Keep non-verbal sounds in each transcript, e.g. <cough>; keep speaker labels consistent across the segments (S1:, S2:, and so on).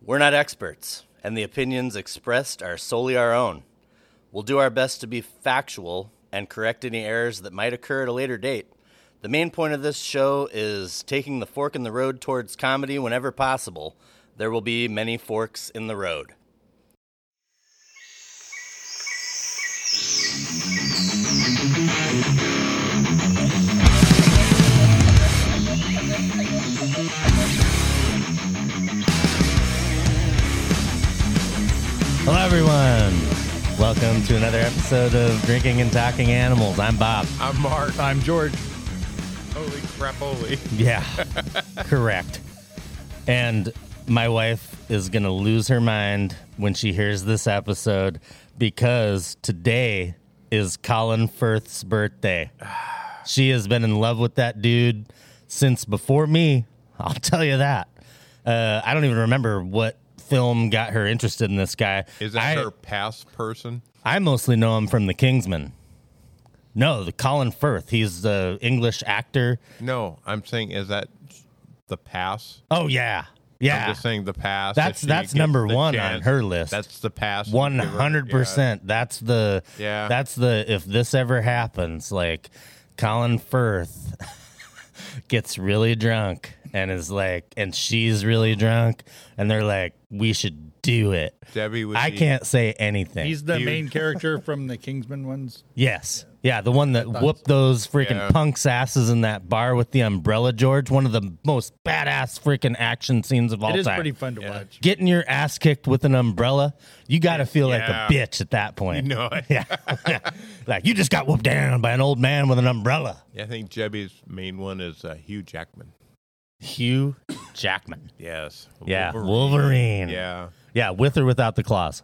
S1: We're not experts, and the opinions expressed are solely our own. We'll do our best to be factual and correct any errors that might occur at a later date. The main point of this show is taking the fork in the road towards comedy whenever possible. There will be many forks in the road. Hello, everyone. Welcome to another episode of Drinking and Talking Animals. I'm Bob.
S2: I'm Mark. I'm George. Holy crap, holy.
S1: Yeah, correct. And my wife is going to lose her mind when she hears this episode because today is Colin Firth's birthday. She has been in love with that dude since before me. I'll tell you that. Uh, I don't even remember what film got her interested in this guy.
S2: Is that
S1: I,
S2: her past person?
S1: I mostly know him from The Kingsman. No, the Colin Firth. He's the English actor.
S2: No, I'm saying is that the past?
S1: Oh yeah, yeah.
S2: I'm just saying the past.
S1: That's-
S2: if she
S1: that's
S2: gets
S1: number
S2: the
S1: one
S2: chance,
S1: on her list.
S2: That's the past.
S1: One hundred percent. That's the
S2: Yeah.
S1: That's the if this ever happens, like Colin Firth <laughs> gets really drunk and is like, and she's really drunk, and they're like, we should do it.
S2: Debbie would
S1: I
S2: be-
S1: can't say anything.
S3: He's the
S1: <laughs>
S3: main character from the Kingsman ones.
S1: yes, yeah, the one that whooped those freaking
S2: Yeah.
S1: punks asses in that bar with the umbrella, George. One of the most badass freaking action scenes of all
S3: It is
S1: time.
S3: pretty fun to watch.
S1: Getting your ass kicked with an umbrella, you got to feel
S2: Yeah.
S1: like a bitch at that point.
S2: <laughs> No, I,
S1: <laughs> Yeah. like you just got whooped down by an old man with an umbrella.
S2: I think Debbie's main one is uh, Hugh Jackman.
S1: Hugh Jackman.
S2: Yes.
S1: Yeah.
S2: Wolverine.
S1: Wolverine.
S2: Yeah.
S1: Yeah, with or without the claws.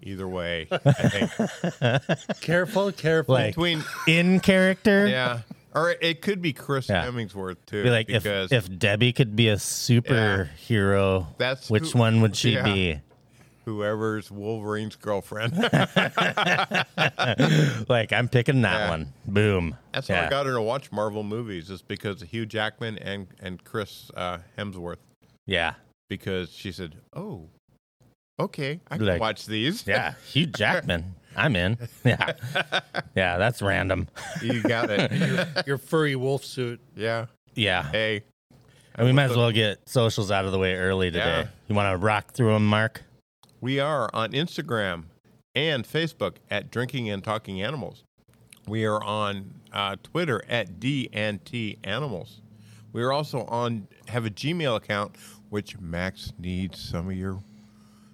S2: Either way,
S1: <laughs>
S2: I think.
S3: Careful, careful.
S1: Like
S2: between
S1: in character.
S2: yeah, or it could be Chris
S1: Yeah.
S2: Hemmingsworth too.
S1: Be like if,
S2: because
S1: if Debbie could be a superhero,
S2: That's
S1: which
S2: who-
S1: one would she
S2: yeah.
S1: be?
S2: whoever's Wolverine's girlfriend. <laughs>
S1: Like I'm picking that
S2: Yeah.
S1: one. Boom.
S2: That's how
S1: yeah.
S2: I got her to watch Marvel movies, is because of Hugh Jackman and and Chris uh, Hemsworth.
S1: Yeah.
S2: Because she said, "Oh, okay, I can
S1: Like-
S2: watch these."
S1: Yeah. Hugh Jackman. I'm in. <laughs> Yeah. Yeah, that's random.
S2: <laughs>
S1: <laughs>
S2: you got it.
S3: your furry wolf suit.
S2: yeah.
S1: Yeah.
S2: Hey,
S1: And we might as well get socials out of the way early today.
S2: Yeah.
S1: You want to rock through them, Mark?
S2: we are on Instagram and Facebook at Drinking and Talking Animals. We are on uh, Twitter at D and T Animals. We are also on have a Gmail account, which Max needs some of your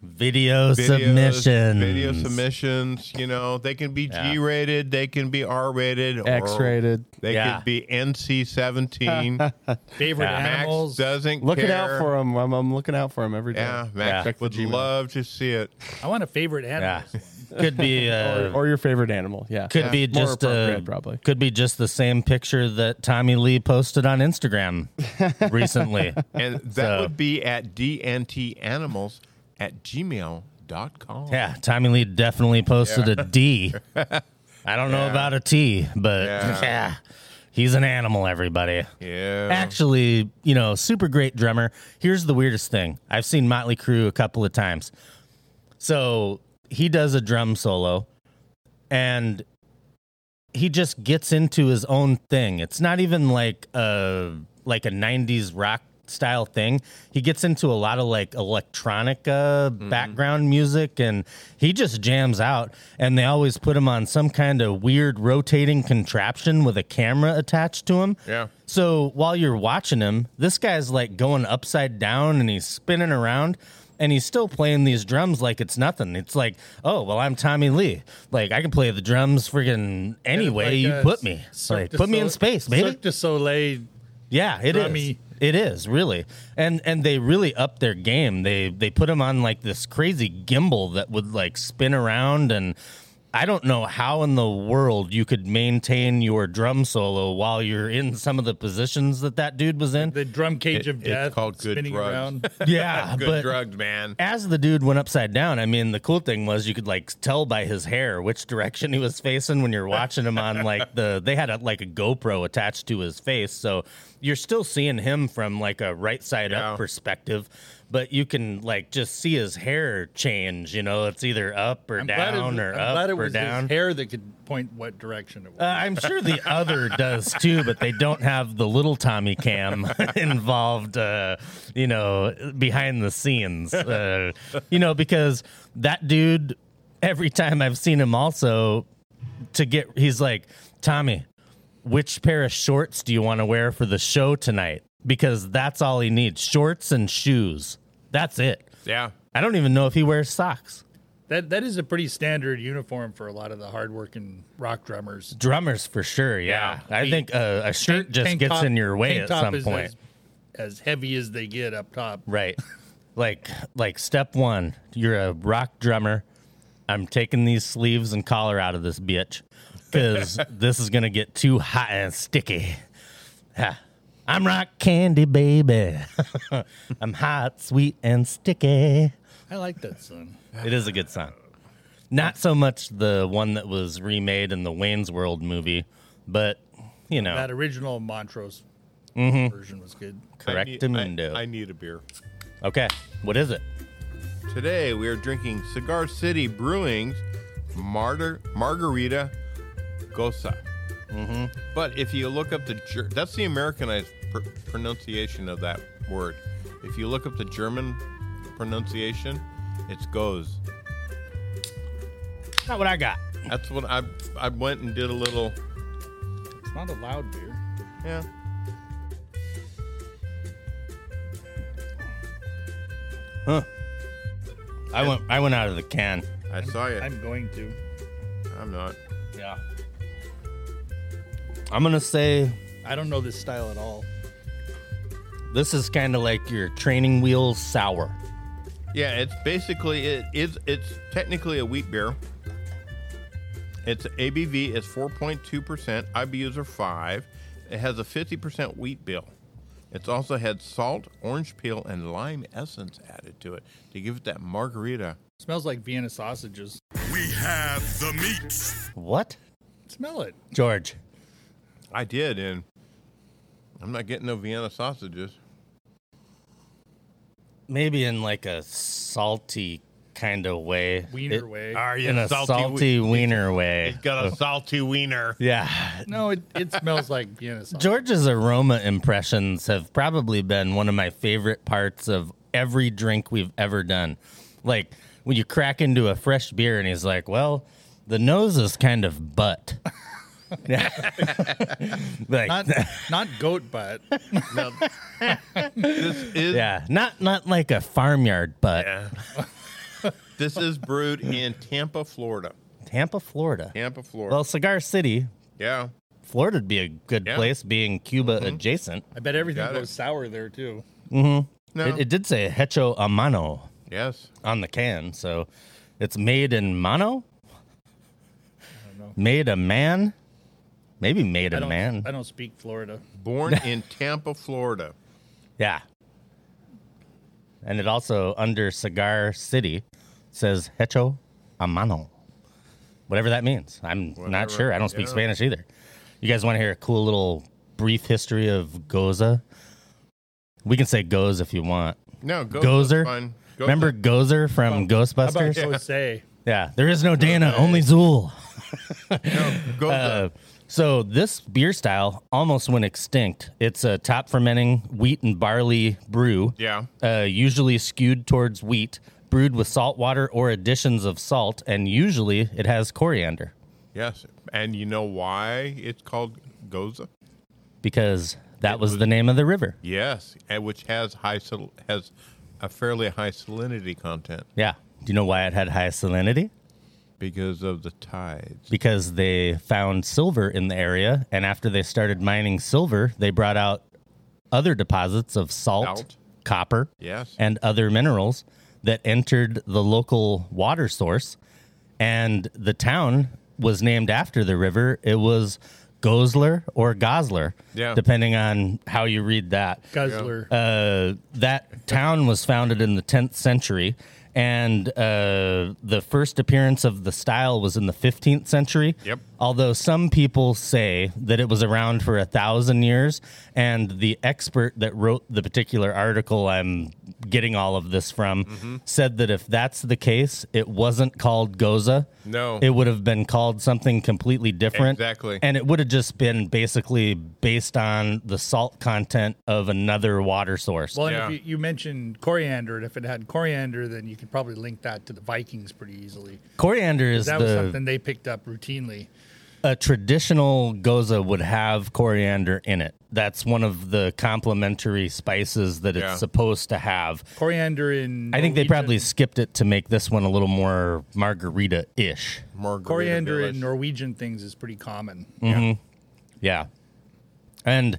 S1: Video
S2: videos,
S1: submissions.
S2: Video submissions. You know, they can be
S1: Yeah.
S2: G rated, they can be R rated, or
S4: X rated.
S2: They
S1: Yeah.
S2: can be
S1: <laughs>
S2: NC seventeen.
S3: Favorite
S1: Yeah.
S2: Max
S3: animals.
S2: doesn't
S4: Looking
S2: care.
S4: out for him. I'm, I'm looking out for him every day.
S2: Yeah,
S1: Yeah.
S2: Max
S1: Check
S2: would love to see it.
S3: I want a favorite
S1: Yeah,
S3: animal.
S1: could be
S4: <laughs> Or,
S1: uh,
S4: or your favorite animal. Yeah.
S1: could be
S4: More
S1: just uh,
S4: appropriate, probably.
S1: could be just the same picture that Tommy Lee posted on
S4: <laughs>
S1: Instagram recently. <laughs>
S2: And that
S1: So-
S2: would be at DNT Animals at gmail.com.
S1: Yeah, Tommy Lee definitely posted a D. I don't know about a T, but
S2: Yeah.
S1: <laughs> yeah, he's an animal. Everybody.
S2: Yeah.
S1: actually, you know, super great drummer. Here's the weirdest thing. I've seen Motley Crue a couple of times. So he does a drum solo and he just gets into his own thing. It's not even like a like a 90s rock style thing. He gets into a lot of like electronic uh, background music and he just jams out and they always put him on some kind of weird rotating contraption with a camera attached to him.
S2: Yeah.
S1: So while you're watching him, this guy's like going upside down and he's spinning around and he's still playing these drums like it's nothing. It's like, oh, well, I'm Tommy Lee. Like, I can play the drums friggin' any way
S3: Like,
S1: you
S3: uh,
S1: put me.
S3: Cirque
S1: Like,
S3: du
S1: put me in
S3: Sol-
S1: space, baby.
S3: Cirque du Soleil.
S1: Yeah, it is.
S3: Drummy.
S1: It is really, and and they really upped their game. They they put him on like this crazy gimbal that would like spin around, and I don't know how in the world you could maintain your drum solo while you're in some of the positions that that dude was in.
S3: The drum
S2: It-
S3: cage of
S2: it's
S3: death.
S2: called good
S3: spinning
S1: <laughs>
S2: drugs.
S3: around.
S1: Yeah,
S2: <laughs> Good
S1: but
S2: drugged, man.
S1: as the dude went upside down, I mean, the cool thing was you could like tell by his hair which direction he was facing when you're watching him on like the they had a, like a GoPro attached to his face, so you're still seeing him from like a right side
S2: Yeah.
S1: up perspective. but you can like just see his hair change. You know, it's either up or
S3: glad it-
S1: down or
S3: I'm
S1: up
S3: glad it
S1: or
S3: was
S1: down.
S3: his hair that could point what direction it was.
S1: Uh, I'm sure the other does too, but they don't have the little Tommy Cam <laughs> involved, uh, you know, behind the scenes. Uh, you know, because that dude, every time I've seen him also to get, he's like, Tommy, which pair of shorts do you want to wear for the show tonight? Because that's all he needs shorts and shoes. That's it.
S2: Yeah.
S1: I don't even know if he wears socks.
S3: that that is a pretty standard uniform for a lot of the hardworking rock drummers.
S1: Drummers for sure, yeah.
S2: Yeah.
S1: I think uh, a shirt just
S3: Tank
S1: gets
S3: top-
S1: in your way
S3: tank
S1: at
S3: top
S1: some
S3: is
S1: point.
S3: As, as heavy as they get up top.
S1: Right. Like like step one, you're a rock drummer. I'm taking these sleeves and collar out of this bitch because this is gonna get too hot and sticky. Ha. I'm rock candy, baby. I'm hot, sweet, and sticky.
S3: I like that song.
S1: It is a good song. Not so much the one that was remade in the Wayne's World movie, but you know,
S3: That original Montrose
S1: Mm-hmm.
S3: version was good.
S2: I need- I-
S1: correctamundo.
S2: I need a beer.
S1: okay, what is it?
S2: Today we are drinking Cigar City Brewing's Martyr Margarita Gosa. Mm-hmm. But if you look up the Ger- that's the Americanized pr- pronunciation of that word. If you look up the German pronunciation, it's goes.
S1: Not what I got.
S2: That's what I I went and did a little.
S3: It's not a loud beer.
S2: Yeah.
S1: I went I went out of the can.
S2: I saw you. I'm,
S3: I'm going to.
S2: not.
S1: Yeah. I'm gonna say
S3: I don't know this style at all.
S1: this is kind of like your training wheels sour.
S2: Yeah, it's basically it is it's technically a wheat beer. Its ABV is 4.2%, IBUs are 5. It has a 50% wheat bill. It's also had salt, orange peel, and lime essence added to it to give it that margarita.
S3: smells like Vienna sausages.
S5: We have the meat.
S1: What,
S3: Smell it.
S1: George?
S2: I did, and I'm not getting no Vienna sausages.
S1: Maybe in like a salty kind of way.
S3: Wiener
S1: It-
S3: way.
S1: In a salty, wiener way.
S2: got a salty wiener.
S1: Yeah.
S3: No, it, it smells like <laughs> Vienna sausage.
S1: George's aroma impressions have probably been one of my favorite parts of every drink we've ever done. Like when you crack into a fresh beer and he's like, "Well, the nose is kind of butt." <laughs> Yeah. like
S3: Not not goat
S1: <laughs>
S3: butt.
S2: This is
S1: yeah, not not like a farmyard butt.
S2: <laughs> this is brewed in Tampa, Florida.
S1: Tampa, Florida.
S2: Tampa, Florida.
S1: Well, Cigar City,
S2: yeah.
S1: Florida'd be a good
S2: Yeah.
S1: place being Cuba
S3: Mm-hmm.
S1: adjacent.
S3: I bet everything
S2: Got it.
S3: goes sour there too.
S2: No.
S1: It, it did say Hecho Amano
S2: yes.
S1: on the can, so it's made in Mano. Made a man, maybe made
S3: I
S1: a
S3: don't,
S1: man.
S3: I don't speak
S1: <laughs>
S3: Florida.
S2: Born in Tampa, Florida.
S1: Yeah, and it also under Cigar City says Hecho Amano, whatever that means. I'm
S2: Whatever,
S1: not sure. I don't speak
S2: yeah.
S1: Spanish either. You guys want to hear a cool little brief history of Goza? We can say Goz if you want.
S2: No, go,
S1: Gozer.
S2: Fine. Go-
S1: Remember Gozer from
S3: How about
S1: Ghostbusters?
S3: Jose?
S1: Yeah, there is no Dana, only Zool.
S2: No, go
S1: Uh, so this beer style almost went extinct. It's a top fermenting wheat and barley brew.
S2: Yeah.
S1: Uh, usually skewed towards wheat, brewed with salt water or additions of salt, and usually it has coriander
S2: yes. And you know why it's called Goza?
S1: because that was the name of the river.
S2: Yes, and which has high sal- has a fairly high salinity content
S1: Yeah. Do you know why it had high salinity?
S2: because of the tides.
S1: Because they found silver in the area, and after they started mining silver, they brought out other deposits of salt,
S2: Salt.
S1: copper,
S2: Yes.
S1: and other minerals that entered the local water source. And the town was named after the river. It was Gosler or Gosler,
S2: Yeah.
S1: depending on how you read that.
S3: Guzzler.
S1: Uh, that town was founded in the 10th century and uh, the first appearance of the style was in the 15th century.
S2: Yep.
S1: Although some people say that it was around for a thousand years, and the expert that wrote the particular article I'm getting all of this from
S2: Mm-hmm.
S1: said that if that's the case, it wasn't called Goza.
S2: No.
S1: It would have been called something completely different.
S2: Exactly.
S1: And it would have just been basically based on the salt content of another water source.
S3: Well, and
S2: Yeah.
S3: if you, you mentioned coriander, and if it had coriander, then you could probably link that to the Vikings pretty easily.
S1: Coriander is
S3: That was
S1: the
S3: something they picked up routinely.
S1: a traditional goza would have coriander in it. That's one of the complementary spices that
S2: Yeah.
S1: it's supposed to have.
S3: Coriander in
S1: I think they probably
S3: Norwegian-
S1: skipped it to make this one a little more margarita ish.
S2: Margarita
S3: coriander
S2: Village.
S3: in Norwegian things is pretty common.
S1: Mm-hmm. Yeah. And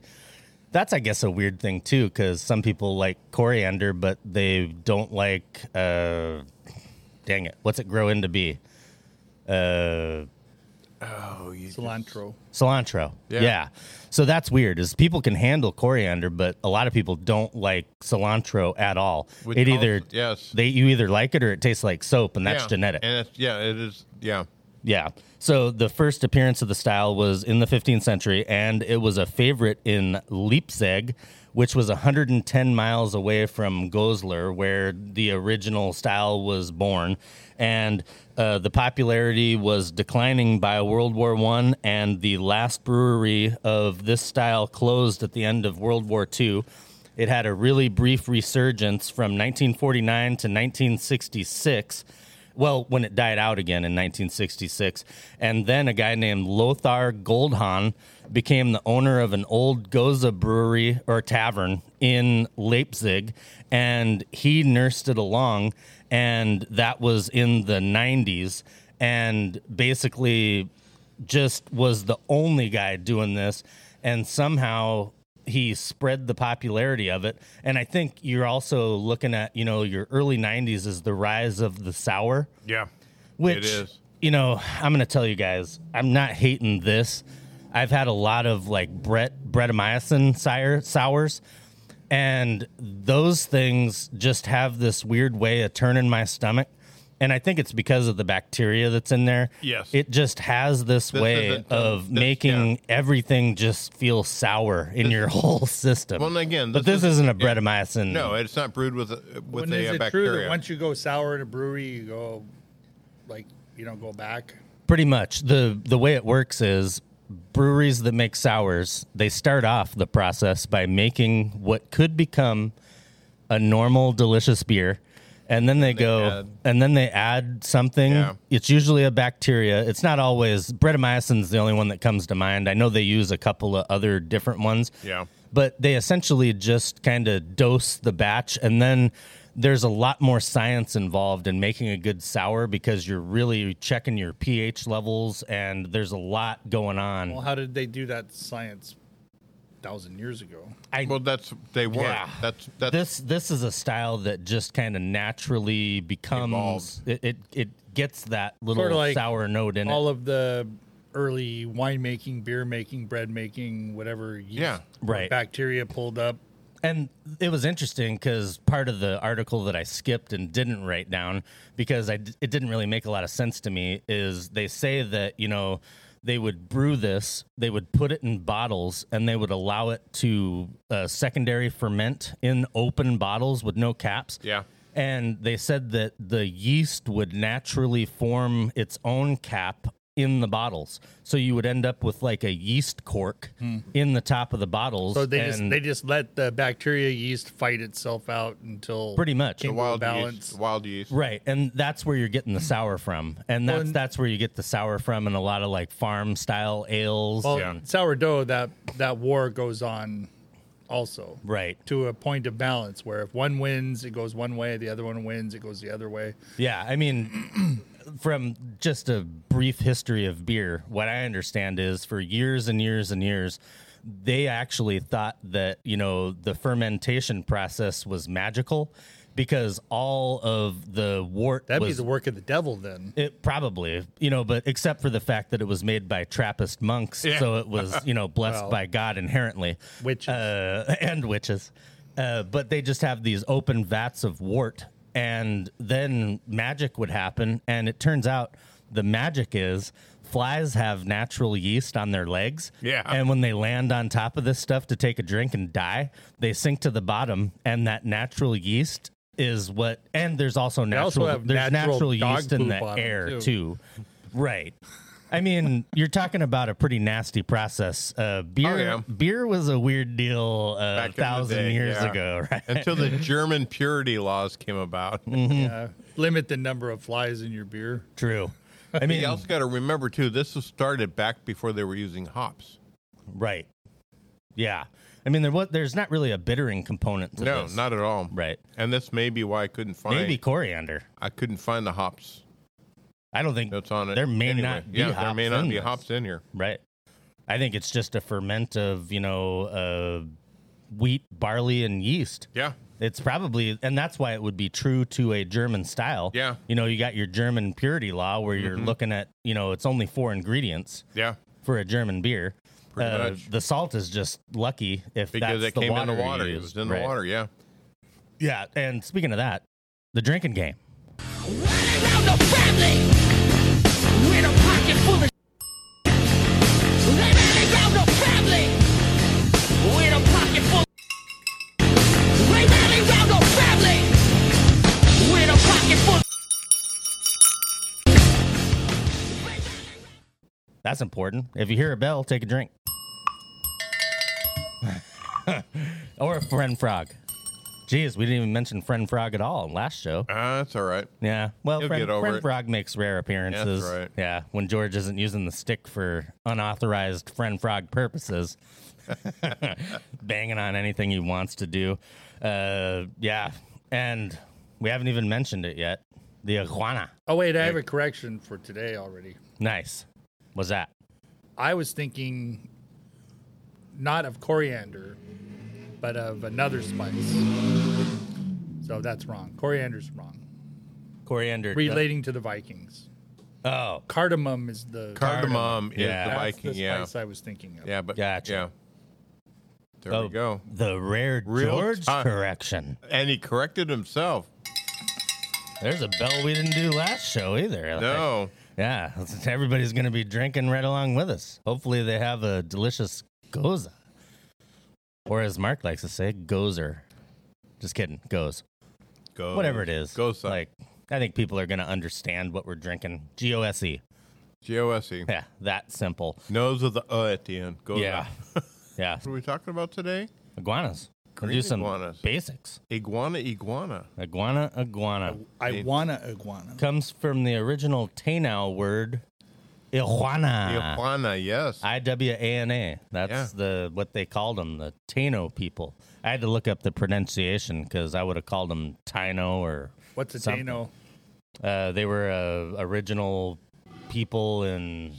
S1: that's, I guess, a weird thing too, because some people like coriander, but they don't like, uh, dang it, what's it growing to be? Uh,
S2: Oh,
S3: Cilantro.
S1: cilantro.
S2: Yeah.
S1: Yeah. So that's weird. Is people can handle coriander, but a lot of people don't like cilantro at all.
S2: Which
S1: it
S2: also-
S1: either
S2: yes.
S1: they you either like it or it tastes like soap, and that's
S2: Yeah.
S1: genetic.
S2: And it's, yeah, it is. Yeah.
S1: yeah. So the first appearance of the style was in the 15th century, and it was a favorite in Leipzig, which was 110 miles away from Goslar, where the original style was born. And uh, the popularity was declining by World War One, and the last brewery of this style closed at the end of World War Two. It had a really brief resurgence from 1949 to 1966. Well, when it died out again in 1966. And then a guy named Lothar Goldhahn became the owner of an old Goza brewery or tavern in Leipzig. And he nursed it along. And that was in the 90s. And basically, just was the only guy doing this and somehow he spread the popularity of it and i think you're also looking at you know your early 90s is the rise of the sour
S2: Yeah.
S1: which
S2: is.
S1: you know i'm gonna tell you guys i'm not hating this i've had a lot of like brett brettanomycin sour sours and those things just have this weird way of turning my stomach and i think it's because of the bacteria that's in there
S2: Yes.
S1: it just has this, way
S2: isn't, um,
S1: of
S2: this-
S1: making
S2: yeah.
S1: everything just feel sour in your <laughs> whole system
S2: Well, and again,
S1: but this, isn't, a brettanomycin
S2: No, it's not brewed with a, with
S3: When is
S2: a, uh,
S3: it
S2: bacteria.
S3: true that once you go sour at a brewery, you go like you don't go back?
S1: Pretty much. The the way it works is breweries that make sours, they start off the process by making what could become a normal delicious beer. And then they, go
S2: add-
S1: and then they add something.
S2: Yeah.
S1: It's usually a bacteria. It's not always brettanomycin's the only one that comes to mind. I know they use a couple of other different ones.
S2: Yeah.
S1: But they essentially just kind of dose the batch and then there's a lot more science involved in making a good sour because you're really checking your pH levels and there's a lot going on.
S3: Well, how did they do that science thousand years ago?
S1: I,
S2: well, that's they weren't.
S1: Yeah.
S2: That's that's
S1: this this is a style that just kind of naturally becomes it,
S2: Evolved.
S1: it it gets that little
S3: Sorta like
S1: sour note in it.
S3: All of the early winemaking, beer making, bread making, whatever yeast
S2: Yeah.
S1: Right.
S3: bacteria pulled up.
S1: And it was interesting because part of the article that I skipped and didn't write down because I d- it didn't really make a lot of sense to me is they say that you know they would brew this, they would put it in bottles, and they would allow it to uh, secondary ferment in open bottles with no caps.
S2: Yeah.
S1: And they said that the yeast would naturally form its own cap in the bottles. So you would end up with like a yeast cork in the top of the bottles.
S3: Hmm. So they just
S1: and-
S3: they just let the bacteria yeast fight itself out until
S1: pretty much
S3: came to a
S2: wild
S3: balance.
S2: yeast. Wild yeast.
S1: right and that's where you're getting
S3: Mm.
S1: the sour from and that's
S3: and-
S1: that's where you get the sour from and a lot of like farm style ales
S3: Well,
S1: and-
S3: sourdough that that war goes on also
S1: right
S3: to a point of balance where if one wins it goes one way, the other one wins it goes the other way.
S1: yeah i mean <clears throat> from just a brief history of beer what i understand is for years and years and years they actually thought that you know the fermentation process was magical because all of the wort
S3: That'd be
S1: was
S3: the work of the devil then.
S1: It probably, you know, but except for the fact that it was made by Trappist monks, so it was, you know, blessed
S3: Well.
S1: by God inherently, <laughs>
S3: Witches.
S1: uh, and witches. Uh, but they just have these open vats of wort and then magic would happen. And it turns out the magic is flies have natural yeast on their legs.
S2: Yeah.
S1: And when they land on top of this stuff to take a drink and die, they sink to the bottom, and that natural yeast is what. And there's also
S3: also
S1: natural.
S3: have
S1: there's
S3: natural
S1: natural,
S3: dog
S1: yeast in
S3: poop
S1: the
S3: on 'em,
S1: air
S3: too.
S1: too. Right. I mean, you're talking about a pretty nasty process. Uh, beer,
S2: Oh, yeah.
S1: beer was a weird deal uh,
S2: Back
S1: a
S2: in the
S1: thousand
S2: day,
S1: years
S2: yeah.
S1: ago, <laughs> right?
S2: until the German purity laws came
S1: <laughs>
S2: about.
S1: Mm-hmm.
S3: Yeah. Limit the number of flies in your beer.
S1: True. I
S2: You
S1: mean,
S2: also got to remember too. This was started back before they were using hops.
S1: right? Yeah. I mean, there was, there's not really a bittering component to
S2: No,
S1: this.
S2: not at all.
S1: right.
S2: And this may be why I couldn't find.
S1: Maybe coriander.
S2: I couldn't find the hops
S1: I don't think
S2: that's on it.
S1: There may
S2: Anyway,
S1: not be
S2: yeah, there may
S1: hops
S2: not
S1: in
S2: be
S1: this.
S2: hops in here.
S1: right. I think it's just a ferment of you know uh, wheat, barley, and yeast.
S2: Yeah,
S1: It's probably, and that's why it would be true to a German style.
S2: Yeah. Mm-hmm.
S1: You know, you got your German purity law where you're looking at, you know, it's only four ingredients
S2: yeah,
S1: for a German beer.
S2: Pretty much.
S1: The salt is just lucky if
S2: because
S1: that's
S2: it came
S1: Uh, the
S2: in the
S1: you
S2: water. It
S1: used,
S2: was in
S1: right?
S2: the water. Yeah.
S1: Yeah. And speaking of that, the drinking game.
S6: Running round the family with a pocket full of They running round the family with a pocket full of They running round the family with a pocket full
S1: That's important. If you hear a bell, take a drink. <laughs> or a friend frog. Jeez, we didn't even mention friend frog at all in last show.
S2: Ah, that's all right.
S1: Yeah. Well,
S2: He'll
S1: friend,
S2: get over
S1: friend
S2: it.
S1: Frog makes rare appearances.
S2: right.
S1: Yeah, when George isn't using the stick for unauthorized Friend Frog purposes, <laughs> banging on anything he wants to do. Uh, yeah, and we haven't even mentioned it yet. The iguana.
S3: Oh wait, I have a correction for today already.
S1: Nice. Was that?
S3: I was thinking not of coriander, but of another spice. So that's wrong. Coriander's wrong.
S1: Coriander.
S3: Relating to the Vikings.
S1: Oh,
S3: Cardamom is the
S2: Cardamom is
S1: Yeah.
S2: the
S1: That's
S2: Viking.
S3: the
S2: yeah,
S3: spice I was thinking of.
S2: yeah, but
S1: Gotcha.
S2: yeah. There
S1: oh,
S2: we go.
S1: The rare
S2: Real
S1: George
S2: time.
S1: correction.
S2: And he corrected himself.
S1: There's a bell we didn't do last show either.
S2: No,
S1: Yeah, <laughs> since everybody's going to be drinking right along with us. Hopefully, they have a delicious goza. Or as Mark likes to say, gozer. Just kidding, goes.
S2: go
S1: Whatever it is.
S2: Go side.
S1: Like, I think people are going to understand what we're drinking. G O S E.
S2: G O S E.
S1: Yeah, that simple.
S2: Nose of the uh at the end. Go
S1: Yeah. yeah.
S2: What are we talking about today?
S1: Iguanas. We'll
S2: Green
S1: do some
S2: iguanas.
S1: basics.
S2: Iguana, iguana.
S1: Iguana, iguana.
S3: I wanna iguana.
S1: Comes from the original Tainao word, iguana.
S2: Iguana, yes.
S1: Ah. I W A N A. That's
S2: Yeah.
S1: the what they called them, the Taino people. I had to look up the pronunciation because I would have called them Taino or
S3: What's a
S1: something.
S3: Dano?
S1: Uh, they were uh, original people in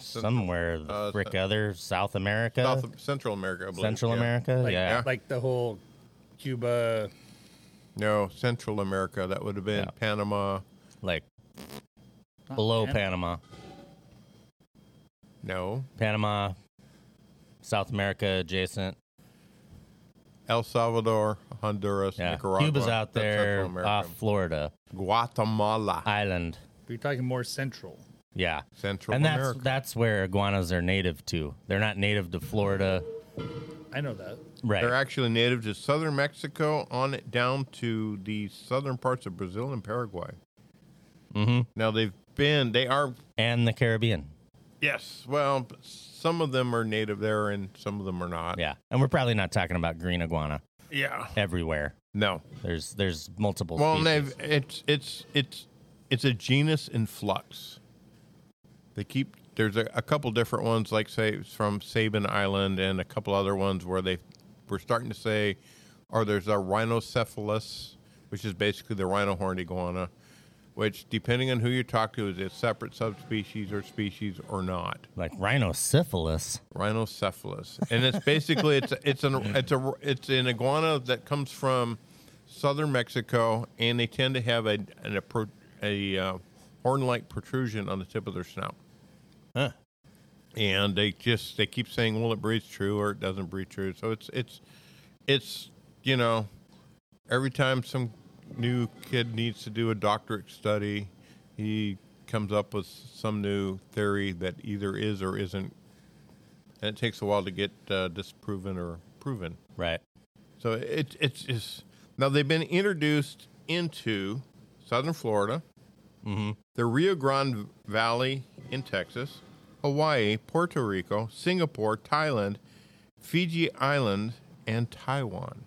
S1: somewhere the
S2: uh,
S1: frick other South America,
S2: South, Central America. I believe.
S1: uh, Central
S2: Yeah.
S1: America.
S3: Like,
S1: yeah.
S3: like the whole Cuba
S2: No, Central America. That would have been
S1: Yeah.
S2: Panama.
S1: like below
S3: Pan-
S1: Panama,
S2: No,
S1: Panama, South America adjacent.
S2: El Salvador, Honduras,
S1: Yeah,
S2: Nicaragua.
S1: Cuba's out
S2: That's
S1: there
S2: Central America.
S1: off Florida
S2: Guatemala,
S1: island.
S3: you're talking more central.
S1: Yeah.
S2: Central
S1: and that's
S2: America.
S1: that's where iguanas are native to. They're not native to Florida,
S3: I know that.
S1: right?
S2: They're actually native to southern Mexico, on it down to the southern parts of Brazil and Paraguay. Mm-hmm. Now they've been. They are.
S1: and the Caribbean.
S2: Yes. Well, some of them are native there, and some of them are not.
S1: Yeah, and we're probably not talking about green iguana
S2: Yeah.
S1: everywhere.
S2: No.
S1: There's there's multiple.
S2: Well,
S1: species.
S2: they've, it's it's it's it's a genus in flux. They keep there's a, a couple different ones, like say it's from Sabin Island, and a couple other ones where they were starting to say, or there's a rhinocephalus, which is basically the rhino horned iguana, which depending on who you talk to, is a separate subspecies or species or not.
S1: like rhinocephalus.
S2: Rhinocephalus, and it's basically it's it's an it's a it's an iguana that comes from southern Mexico, and they tend to have a an, a, pro- a uh, horn-like protrusion on the tip of their snout.
S1: Huh.
S2: And they just they keep saying, "Well, it breathes true, or it doesn't breathe true." So it's it's it's you know every time some new kid needs to do a doctorate study. He comes up with some new theory that either is or isn't, and it takes a while to get uh, disproven or proven.
S1: Right.
S2: So it, it's just now they've been introduced into southern Florida, the Rio Grande Valley in Texas, Hawaii, Puerto Rico, Singapore, Thailand, Fiji Island, and Taiwan.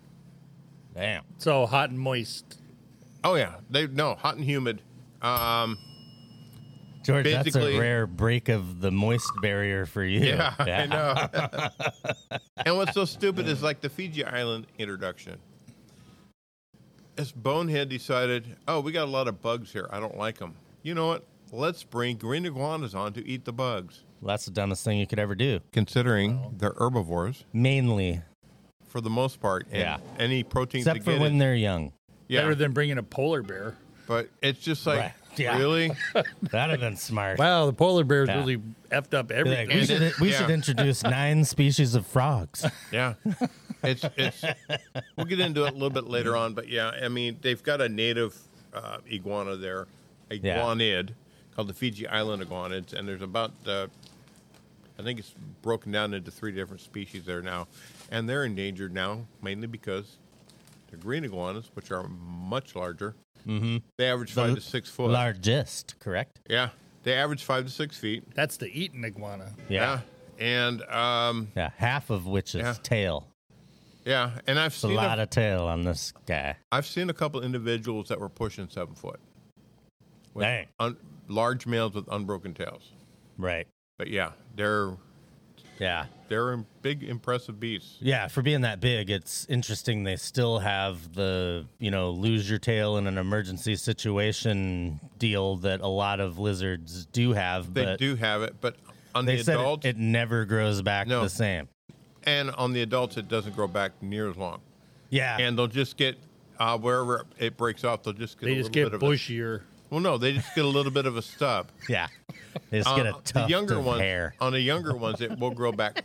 S1: Damn.
S3: So hot and moist.
S2: Oh yeah, they no hot and humid. Um,
S1: George, that's
S2: Basically-
S1: a rare break of the moist barrier for you.
S2: yeah, <laughs> I know. <laughs> and what's so stupid is like the Fiji Island introduction. This bonehead decided, oh, we got a lot of bugs here. I don't like them. You know what? Let's bring green iguanas on to eat the bugs.
S1: Well, that's the dumbest thing you could ever do.
S2: Considering they're herbivores
S1: Mainly,
S2: for the most part, and
S1: Yeah.
S2: any protein
S1: except
S2: to
S1: for
S2: get
S1: when
S2: it,
S1: they're young.
S2: yeah.
S3: Better than bringing a polar bear.
S2: but it's just like
S1: Right. Yeah.
S2: really,
S1: That'd have been smart.
S3: Wow, the polar bears
S1: Yeah.
S3: really effed up
S1: Be like,
S3: everything.
S1: we
S2: And
S1: should,
S2: it-
S1: we
S2: yeah.
S1: should introduce nine species of
S2: <laughs>
S1: frogs.
S2: yeah. It's it's. We'll get into it a little bit later on, but yeah, I mean they've got a native uh, iguana there, iguanid called the Fiji Island iguanids, and there's about uh, I think it's broken down into three different species there now, and they're endangered now mainly because the green iguanas, which are much larger,
S1: Mm-hmm.
S2: they average five to six foot.
S1: Largest, correct?
S2: Yeah, they average five to six feet.
S3: That's the eating iguana.
S2: Yeah. And um,
S1: Yeah, half of which is
S2: Yeah.
S1: tail.
S2: yeah, and I've
S1: It's a
S2: seen
S1: lot
S2: a,
S1: of tail on this guy.
S2: I've seen a couple individuals that were pushing seven foot, with
S1: Dang.
S2: un, large males with unbroken tails.
S1: Right.
S2: But yeah, they're
S1: Yeah.
S2: they're im- big, impressive beasts.
S1: Yeah, for being that big, it's interesting they still have the, you know, lose your tail in an emergency situation deal that a lot of lizards do have,
S2: They
S1: but
S2: do have it, but on
S1: they
S2: the
S1: said
S2: adults
S1: it, it never grows back
S2: No.
S1: the same.
S2: and on the adults, it doesn't grow back near as long,
S1: Yeah.
S2: and they'll just get. Uh, wherever it breaks off, they'll just get
S3: They
S2: a
S3: just
S2: little
S3: get
S2: bit of
S3: bushier.
S2: a, well, no, they just get a little bit of a stub.
S1: yeah. They <laughs> just get a
S2: Uh,
S1: tuft of
S2: ones,
S1: hair.
S2: On the younger ones, it will grow back.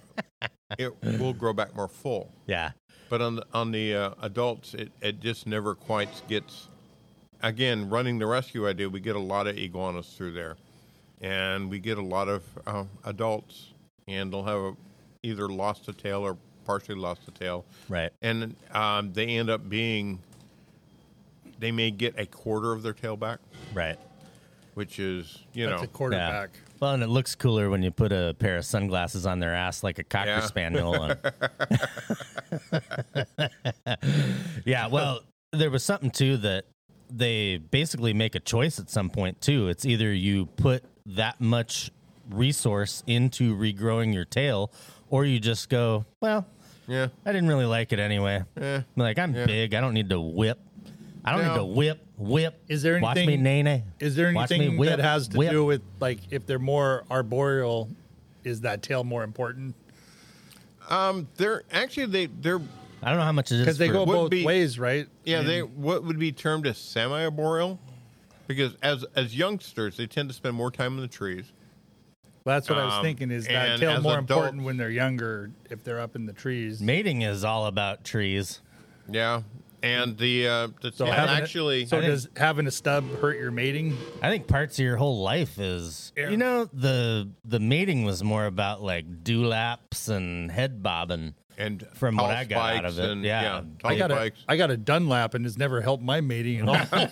S2: It will grow back more full.
S1: Yeah.
S2: But on the, on the uh, adults, it, it just never quite gets. Again, running the rescue I do, we get a lot of iguanas through there, and we get a lot of uh, adults, and they'll have a, either lost a tail or partially lost a tail,
S1: Right.
S2: and um, they end up being. They may get a quarter of their tail back,
S1: Right.
S2: which is you
S3: That's
S2: know
S3: a quarterback.
S1: Well, and it looks cooler when you put a pair of sunglasses on their ass like a cocker
S2: Yeah.
S1: spaniel.
S2: <laughs>
S1: <laughs> On. yeah, well, there was something too that they basically make a choice at some point too. It's either you put that much resource into regrowing your tail, or you just go, well,
S2: yeah
S1: I didn't really like it anyway. Like I'm big, I don't need to whip. I don't
S2: Eh. No.
S1: need to whip, whip.
S3: Is there
S1: Watch me,
S3: anything-
S1: nay,
S3: Is there
S1: Watch me
S3: anything
S1: whip,
S3: that has to
S1: whip.
S3: do with like if they're more arboreal, is that tail more important?
S2: they're actually they they're
S1: I don't know how much it is
S3: Because they
S1: for-
S3: go
S2: Would
S3: both
S2: be-
S3: ways, right?
S2: Yeah,
S3: And
S2: they what would be termed as semi-arboreal, because as as youngsters they tend to spend more time in the trees.
S3: that's what I was
S2: um,
S3: thinking. Is that
S2: and
S3: tail
S2: as
S3: more
S2: adults-
S3: important when they're younger? If they're up in the
S1: <laughs>
S3: trees,
S1: Mating is all about trees.
S2: Yeah, and the uh, the
S3: so
S2: tail
S3: having a-
S2: actually
S3: so
S1: I think-
S3: does having a stub hurt your mating?
S1: I think parts of your whole life is
S3: Yeah.
S1: you know the the mating was more about like dewlaps and head
S2: <laughs>
S1: bobbing.
S2: and
S1: from what
S2: tall
S1: I got out
S2: spikes
S1: of it,
S2: and,
S1: yeah.
S2: tall
S3: I got a,
S1: <laughs>
S2: spikes.
S3: I got a Dunlap and it's never helped my mating at
S2: <laughs>
S3: all.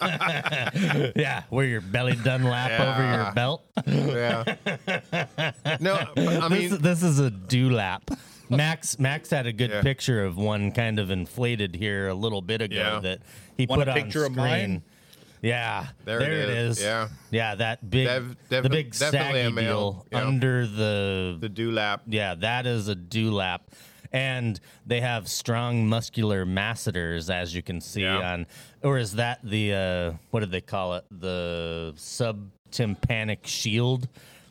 S1: yeah, where your belly Dunlap over your
S2: Yeah.
S1: belt.
S2: yeah. no, but, I
S1: <laughs> this,
S2: mean,
S1: this is a dewlap. Max Max had a good
S2: Yeah.
S1: picture of one kind of inflated here a little bit ago
S2: Yeah.
S1: that he
S3: Want a
S1: put on
S3: picture of
S1: screen.
S3: mine?
S1: Yeah,
S2: There
S1: there, it
S2: it is.
S1: is.
S2: Yeah.
S1: yeah, that big,
S2: Dev-
S1: the
S2: defi-
S1: big
S2: definitely a
S1: saggy
S2: male.
S1: deal
S2: Yeah.
S1: under the
S2: the dewlap.
S1: Yeah, that is a dewlap. And they have strong muscular masseters, as you can see
S2: Yeah.
S1: on, or is that the uh, what did they call it? The subtympanic shield,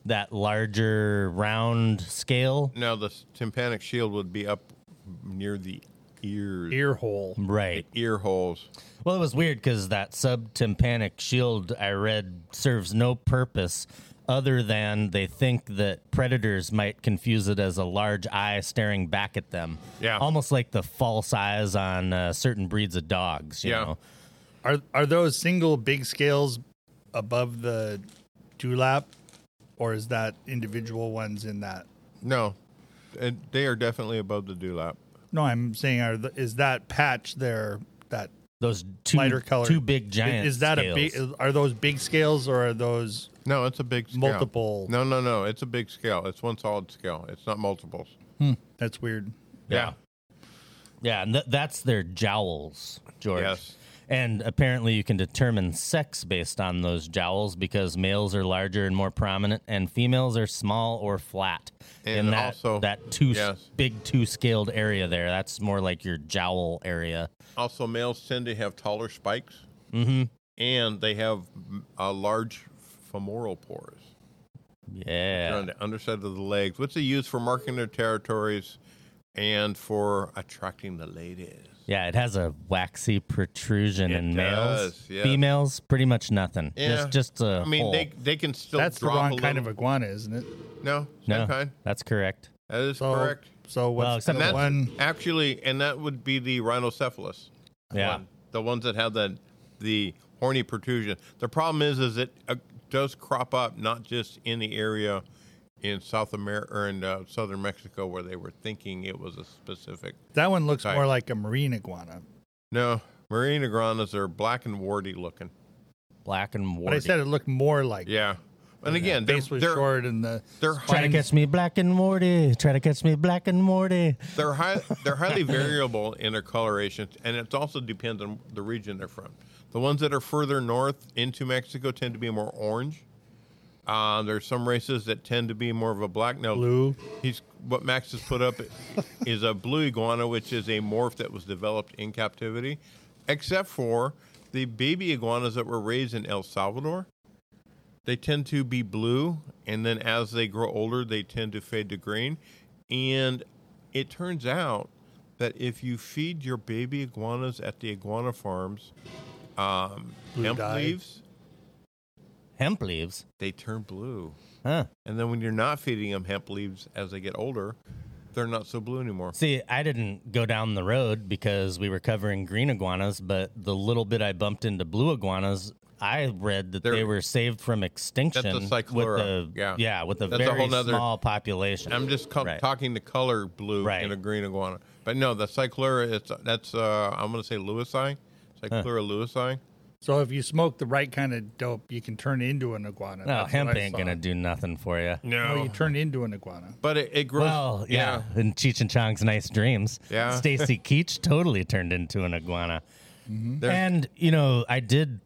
S1: that larger round scale,
S2: No, the s- tympanic shield would be up near the ears,
S3: Ear hole.
S1: right?
S2: ear holes.
S1: Well, it was weird because that subtympanic shield I read serves no purpose other than they think that predators might confuse it as a large eye staring back at them.
S2: Yeah.
S1: Almost like the false eyes on uh, certain breeds of dogs, you
S2: Yeah.
S1: know?
S3: Are are those single big scales above the dewlap, or is that individual ones in that?
S2: No, and they are definitely above the dewlap.
S3: No, I'm saying are the, is that patch there that
S1: Those two
S3: lighter color
S1: two big giant.
S3: Is that
S1: scales.
S3: a big? Are those big scales or are those?
S2: No, it's a big scale.
S3: Multiple.
S2: No, no, no. It's a big scale. It's one solid scale. It's not multiples.
S3: That's weird.
S1: Yeah. Yeah, and th- that's their jowls, George.
S2: Yes.
S1: And apparently, you can determine sex based on those jowls because males are larger and more prominent, and females are small or flat.
S2: And
S1: in that,
S2: also-
S1: that two
S2: yes.
S1: big two scaled area there, that's more like your jowl area.
S2: Also, males tend to have taller spikes, mm-hmm. and they have mm, a large femoral pores. They're
S1: Yeah,
S2: on the underside of the legs, which they use for marking their territories and for attracting the ladies.
S1: yeah. It has a waxy protrusion
S2: It
S1: in males.
S2: does, yes.
S1: Females, pretty much nothing.
S2: Yeah.
S1: Just, just a
S2: I mean,
S1: hole.
S2: they they can still
S3: That's the
S2: drop
S3: wrong
S2: a
S3: kind of
S2: little-
S3: iguana, isn't it?
S2: no, same
S1: no,
S2: kind.
S1: that's correct.
S2: That is
S3: So,
S2: correct.
S3: So
S1: Well,
S3: what's
S1: except
S2: And
S3: the
S2: that's
S3: one?
S2: actually, and that would be the rhinocephalus.
S1: Yeah.
S2: one. the ones that have the the horny protrusion. The problem is, is it uh, does crop up not just in the area in South America or in uh, southern Mexico where they were thinking it was a specific.
S3: That one looks
S2: Sorry.
S3: more like a marine iguana.
S2: No, marine iguanas are black and warty looking.
S1: Black and warty.
S3: But I said it looked more like.
S2: Yeah, and again, they're
S3: Face was
S2: they're,
S3: short and the.
S2: they're
S1: Try to
S2: high,
S1: catch me black and Morty. Try to catch me black and Morty.
S2: they're high they're highly variable in their colorations, and it also depends on the region they're from. The ones that are further north into Mexico tend to be more orange. Uh, there's some races that tend to be more of a black. Now,
S3: Blue.
S2: He's what Max has put up <laughs> is a blue iguana, which is a morph that was developed in captivity, except for the baby iguanas that were raised in El Salvador. They tend to be blue, and then as they grow older, they tend to fade to green. And it turns out that if you feed your baby iguanas at the iguana farms um,
S3: Blue
S2: hemp
S3: dye.
S2: leaves,
S1: Hemp leaves.
S2: they turn blue.
S1: Huh.
S2: And then when you're not feeding them hemp leaves as they get older, they're not so blue anymore.
S1: See, I didn't go down the road because we were covering green iguanas, but the little bit I bumped into blue iguanas, I read that
S2: They're-
S1: they were saved from extinction
S2: Cyclura,
S1: with a
S2: yeah.
S1: with a
S2: That's a
S1: very
S2: whole nother-
S1: small population.
S2: I'm just co-
S1: Right.
S2: talking the color blue
S1: Right.
S2: in a green iguana. But no, the cyclura, it's, that's, uh, I'm going to say Lewisine, cyclura lewisine.
S3: So if you smoke the right kind of dope, you can turn into an iguana.
S1: No,
S3: That's what
S1: hemp
S3: I
S1: ain't
S3: saw.
S1: gonna do nothing for Oh, you.
S3: No, you turn into an iguana.
S2: But it, it grows.
S1: Well, yeah, in Cheech and Chong's Nice Dreams,
S2: Yeah.
S1: Stacy
S2: <laughs>
S1: Keach totally turned into an iguana.
S2: There's-
S1: And you know, I did,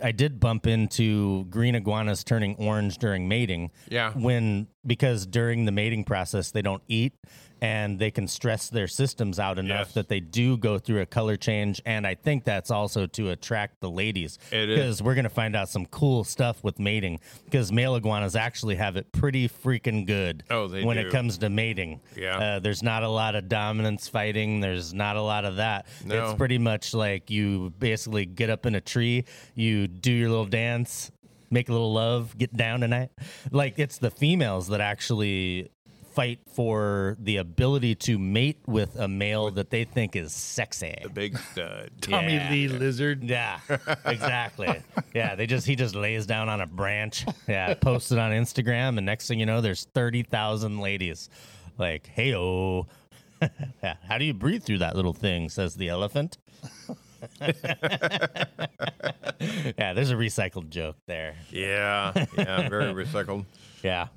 S1: I did bump into green iguanas turning orange during mating.
S2: Yeah.
S1: When because during the mating process they don't eat, and they can stress their systems out enough
S2: Yes.
S1: that they do go through a color change. And I think that's also to attract the ladies
S2: It is.
S1: because we're gonna find out some cool stuff with mating because male iguanas actually have it pretty freaking good.
S2: Oh, they
S1: when it
S2: do.
S1: comes to mating.
S2: Yeah.
S1: Uh, there's not a lot of dominance fighting. There's not a lot of that.
S2: No.
S1: It's pretty much like you basically get up in a tree, you do your little dance, make a little love, get down tonight. Like it's the females that actually fight for the ability to mate with a male that they think is sexy.
S2: The big
S1: <laughs>
S2: stud.
S3: Tommy
S1: Yeah.
S3: Lee lizard.
S1: Yeah,
S2: <laughs>
S1: exactly. yeah, they just he just lays down on a branch. Yeah, posts it on Instagram, and next thing you know, there's thirty thousand ladies. Like, hey oh, <laughs> yeah. How do you breathe through that little thing? Says the elephant. <laughs> yeah, there's a recycled joke there.
S2: yeah. Yeah. Very recycled.
S1: Yeah,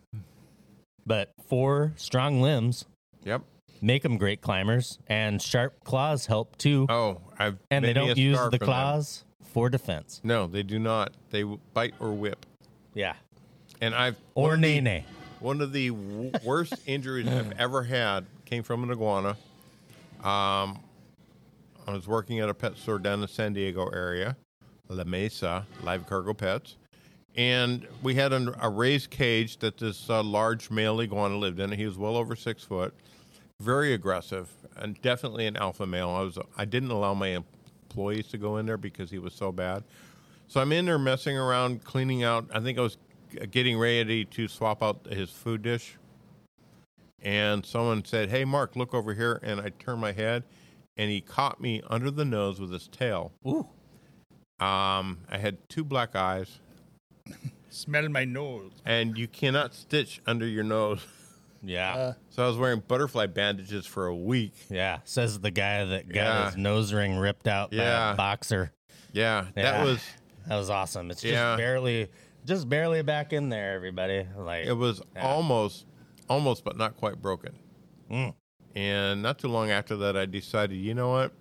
S1: but four strong limbs
S2: Yep.
S1: make them great climbers, and sharp claws help too.
S2: Oh, I've.
S1: and they
S2: made me
S1: don't
S2: a
S1: use
S2: scar
S1: the
S2: from them.
S1: claws for defense.
S2: No, they do not. They w- bite or whip.
S1: Yeah,
S2: And I've.
S1: or nene.
S2: One of the w- worst injuries I've ever had came from an iguana. Um, I was working at a pet store down in the San Diego area, La Mesa, Live Cargo Pets. And we had an, a raised cage that this uh, large male iguana lived in. He was well over six foot, very aggressive, and definitely an alpha male. I was I didn't allow my employees to go in there because he was so bad. So I'm in there messing around, cleaning out. I think I was g- getting ready to swap out his food dish. And someone said, Hey, Mark, look over here. And I turned my head, and he caught me under the nose with his tail.
S1: Ooh.
S2: Um, I had two black eyes,
S3: Smell my nose.
S2: and you cannot stitch under your nose. <laughs>
S1: Yeah.
S3: Uh,
S2: So I was wearing butterfly bandages for a week.
S1: yeah. Says the guy that got
S2: Yeah.
S1: his nose ring ripped out by
S2: Yeah.
S1: a boxer.
S2: Yeah,
S1: Yeah.
S2: that was
S1: That was awesome. It's just
S2: Yeah.
S1: barely just barely back in there, everybody. Like
S2: it was
S1: Yeah.
S2: almost almost but not quite broken.
S1: Mm.
S2: And not too long after that I decided, you know what?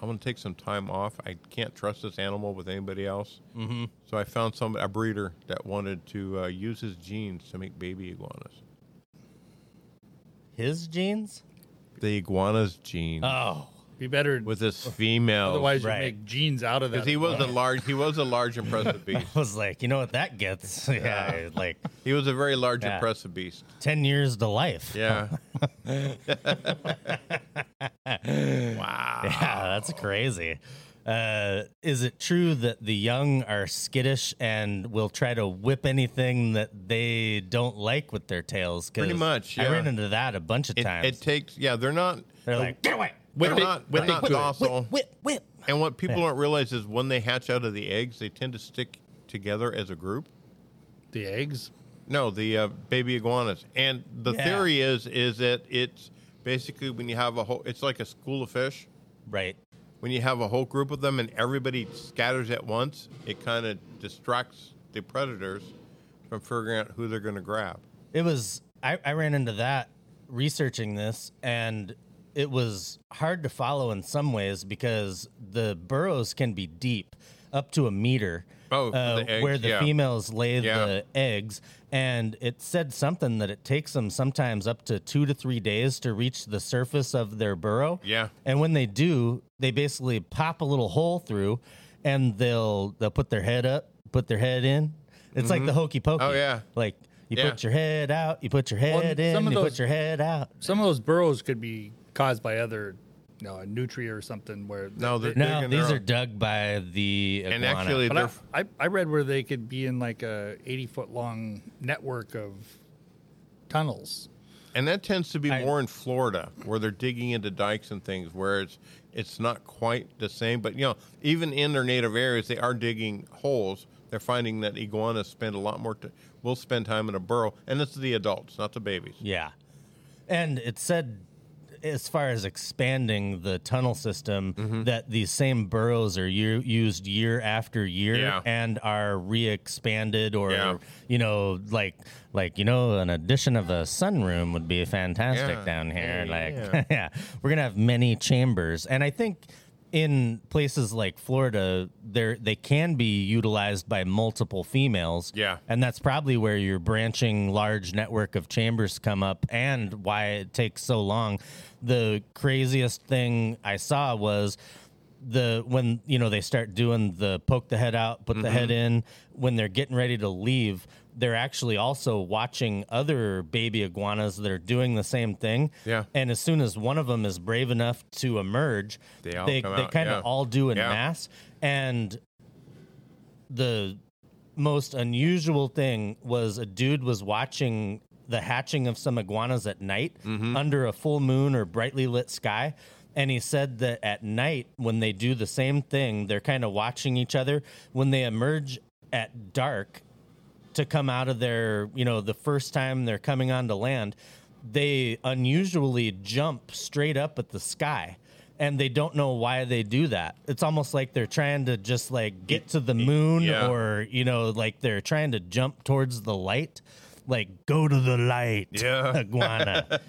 S2: I'm going to take some time off. I can't trust this animal with anybody else. Mm-hmm. So I found some a breeder that wanted to uh, use his genes to make baby iguanas.
S1: his jeans?
S2: The iguana's genes
S1: Oh. <laughs>
S3: be better
S2: with this female.
S3: Otherwise,
S1: right.
S3: you make jeans out of that.
S2: because he was a large, he was a large impressive beast.
S1: I was like, you know what that gets? <laughs> Yeah. Like
S2: He was a very large
S1: Yeah.
S2: impressive beast.
S1: ten years to life.
S2: Yeah. wow.
S1: <laughs> Yeah, that's crazy. Uh, is it true that the young are skittish and will try to whip anything that they don't like with their tails? 'Cause
S2: Pretty much,
S1: I
S2: yeah.
S1: ran into that a bunch of
S2: It,
S1: times.
S2: it takes. Yeah, they're not.
S1: They're like, get away,
S2: They're
S4: it,
S2: not.
S4: whip
S2: They're not
S4: it,
S2: docile.
S1: whip, whip.
S2: And what people don't realize is when they hatch out of the eggs, they tend to stick together as a group.
S3: the eggs.
S2: No, the uh, baby iguanas. And the
S1: Yeah.
S2: theory is is that it's basically when you have a whole. It's like a school of fish.
S1: Right.
S2: When you have a whole group of them and everybody scatters at once, it kind of distracts the predators from figuring out who they're going to grab.
S1: It was I, I ran into that researching this and it was hard to follow in some ways because the burrows can be deep up to a meter uh,
S2: Oh, for the eggs,
S1: where the
S2: yeah.
S1: females lay
S2: Yeah.
S1: the eggs and it said something that it takes them sometimes up to two to three days to reach the surface of their burrow
S2: Yeah.
S1: and when they do, they basically pop a little hole through, and they'll they'll put their head up, put their head in. It's like the hokey pokey.
S2: Oh, yeah.
S1: like you
S2: Yeah.
S1: put your head out, you put your head in,
S3: some of
S1: you put
S3: those-
S1: your head out.
S3: Some of those burrows could be caused by other, you know, a nutrient or something. Where
S2: No, they're
S1: No,
S2: digging their
S1: these are
S2: own-
S1: dug by the
S2: and
S1: iguana.
S2: actually
S3: But
S2: they're
S3: I, I, I read where they could be in like a 80 foot long network of tunnels.
S2: And that tends to be
S1: I-
S2: more in Florida, where they're digging into dikes and things, where it's it's not quite the same. But you know, even in their native areas, they are digging holes. They're finding that iguanas spend a lot more. T- will spend time in a burrow, and it's the adults, not the babies.
S1: Yeah. And it said, as far as expanding the tunnel system,
S2: Mm-hmm.
S1: that these same burrows are year, used year after year
S2: Yeah.
S1: and are re-expanded, or
S2: Yeah.
S1: you know, like like you know, an addition of a sunroom would be fantastic
S2: Yeah.
S1: down here.
S2: Yeah.
S1: Like, <laughs> yeah, we're gonna have many chambers, and I think. In places like Florida, there they can be utilized by multiple females.
S2: Yeah.
S1: And that's probably where your branching large network of chambers come up and why it takes so long. The craziest thing I saw was the when you know they start doing the poke the head out, put the head in, when they're getting ready to leave, they're actually also watching other baby iguanas that are doing the same thing.
S2: Yeah.
S1: And as soon as one of them is brave enough to emerge,
S2: They all
S1: they,
S2: come
S1: they
S2: out,
S1: kind
S2: yeah.
S1: of all do in
S2: Yeah.
S1: mass. And the most unusual thing was a dude was watching the hatching of some iguanas at night
S2: Mm-hmm.
S1: under a full moon or brightly lit sky and he said that at night when they do the same thing they're kind of watching each other when they emerge at dark to come out of their, you know, the first time they're coming onto land, they unusually jump straight up at the sky. And they don't know why they do that. It's almost like they're trying to just like get to the moon
S2: yeah.
S1: or, you know, like they're trying to jump towards the light. Like go to the light,
S2: Yeah.
S1: <laughs>
S2: <laughs>
S1: iguana.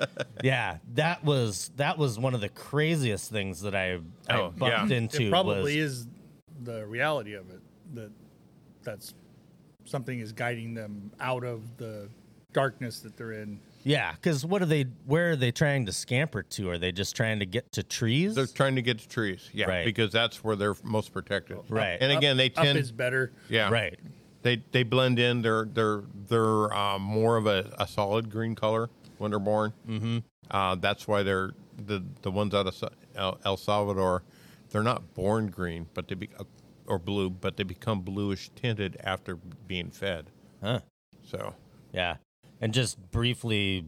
S1: yeah, that was that was one of the craziest things that I, I
S2: Oh, yeah.
S1: bumped into.
S3: it
S1: was,
S3: probably is the reality of it that that's something is guiding them out of the darkness that they're in.
S1: Yeah, because what are they? Where are they trying to scamper to? Are they just trying to get to trees?
S2: They're trying to get to trees, yeah,
S1: Right.
S2: because that's where they're most protected.
S1: Right.
S2: And again, they
S3: Up
S2: tend,
S3: is better.
S2: yeah,
S1: Right.
S2: They they blend in. They're they're they're uh, more of a, a solid green color when they're born. Mm-hmm. Uh, that's why they're the the ones out of Sa- El, El Salvador. They're not born green, but they be uh, or blue, but they become bluish tinted after being fed.
S1: Huh.
S2: So
S1: Yeah. And just briefly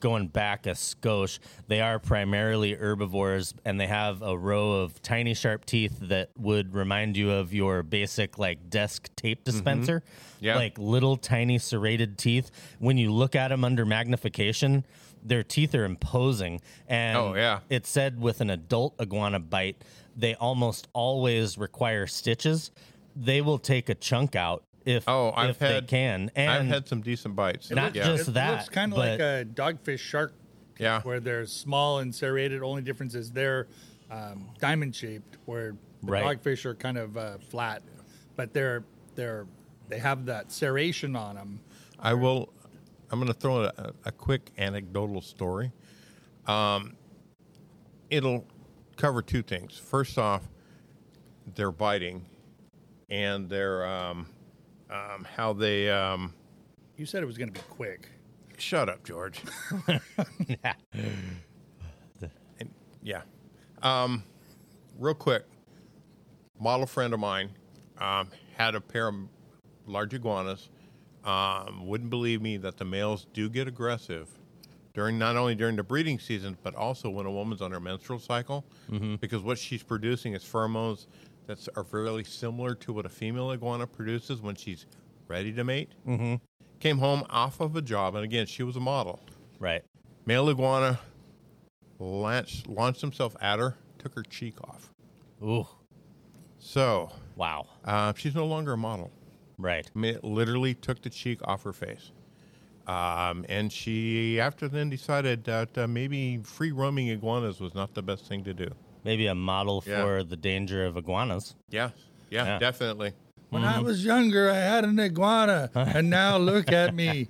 S1: going back a skosh, they are primarily herbivores and they have a row of tiny sharp teeth that would remind you of your basic like desk tape dispenser.
S2: Mm-hmm. Yeah.
S1: Like little tiny serrated teeth. When you look at them under magnification, their teeth are imposing. And
S2: Oh, yeah.
S1: it said with an adult iguana bite, they almost always require stitches. They will take a chunk out if
S2: Oh, I've
S1: if
S2: had-
S1: they can. And
S2: I've had some decent bites.
S1: Not
S2: yeah.
S1: just that,
S3: It looks kind of
S1: but-
S3: like a dogfish shark,
S2: yeah.
S3: where they're small and serrated. Only difference is they're um, diamond shaped, where the
S1: Right.
S3: dogfish are kind of uh, flat, but they're they're they have that serration on them.
S2: I will. I'm going to throw in a, a quick anecdotal story. Um, it'll cover two things. First off, they're biting, and they're um, um, how they. Um,
S3: You said it was going to be quick.
S2: shut up, George. And- yeah. Um, real quick, model friend of mine um, had a pair of large iguanas. Um, wouldn't believe me that the males do get aggressive during not only during the breeding season but also when a woman's on her menstrual cycle because what she's producing is pheromones that are fairly similar to what a female iguana produces when she's ready to mate. Mm-hmm. Came home off of a job, and again, she was a model.
S1: right.
S2: Male iguana launched, launched himself at her, took her cheek off.
S1: Ooh,
S2: So
S1: wow.
S2: uh, she's no longer a model.
S1: Right.
S2: I mean, it literally took the cheek off her face. Um, and she, after then, decided that uh, maybe free roaming iguanas was not the best thing to do.
S1: Maybe a model
S2: Yeah.
S1: for the danger of iguanas.
S2: Yeah, yeah,
S1: Yeah.
S2: definitely.
S3: When
S1: Mm-hmm.
S3: I was younger, I had an iguana, and now look
S1: <laughs>
S3: at me.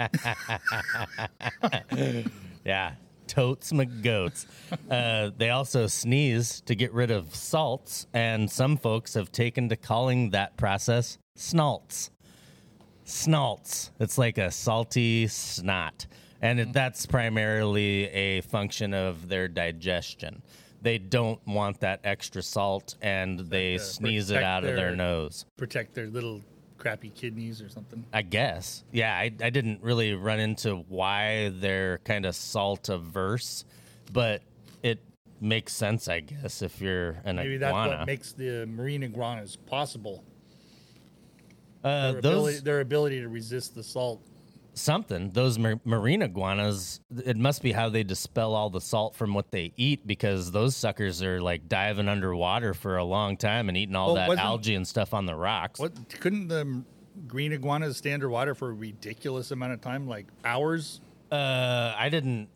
S1: Yeah. Totes McGoats. uh, they also sneeze to get rid of salts, and some folks have taken to calling that process snalts. Snalts. It's like a salty snot. And it, that's primarily a function of their digestion. They don't want that extra salt and they
S3: to
S1: sneeze it out of
S3: protect
S1: their
S3: their-
S1: nose.
S3: Protect their little crappy kidneys or something.
S1: I guess. Yeah, I, I didn't really run into why they're kind of salt averse, but it makes sense, I guess, if you're an
S3: Maybe that's
S1: iguana.
S3: what makes the marine iguanas possible.
S1: uh,
S3: Their, ability,
S1: those
S3: their ability to resist the salt.
S1: something. Those mar- marine iguanas. It must be how they dispel all the salt from what they eat, because those suckers are like diving underwater for a long time and eating all
S3: Well,
S1: that
S3: wasn't-
S1: algae and stuff on the rocks.
S3: What couldn't the green iguanas stay underwater for a ridiculous amount of time, like hours?
S1: Uh, I didn't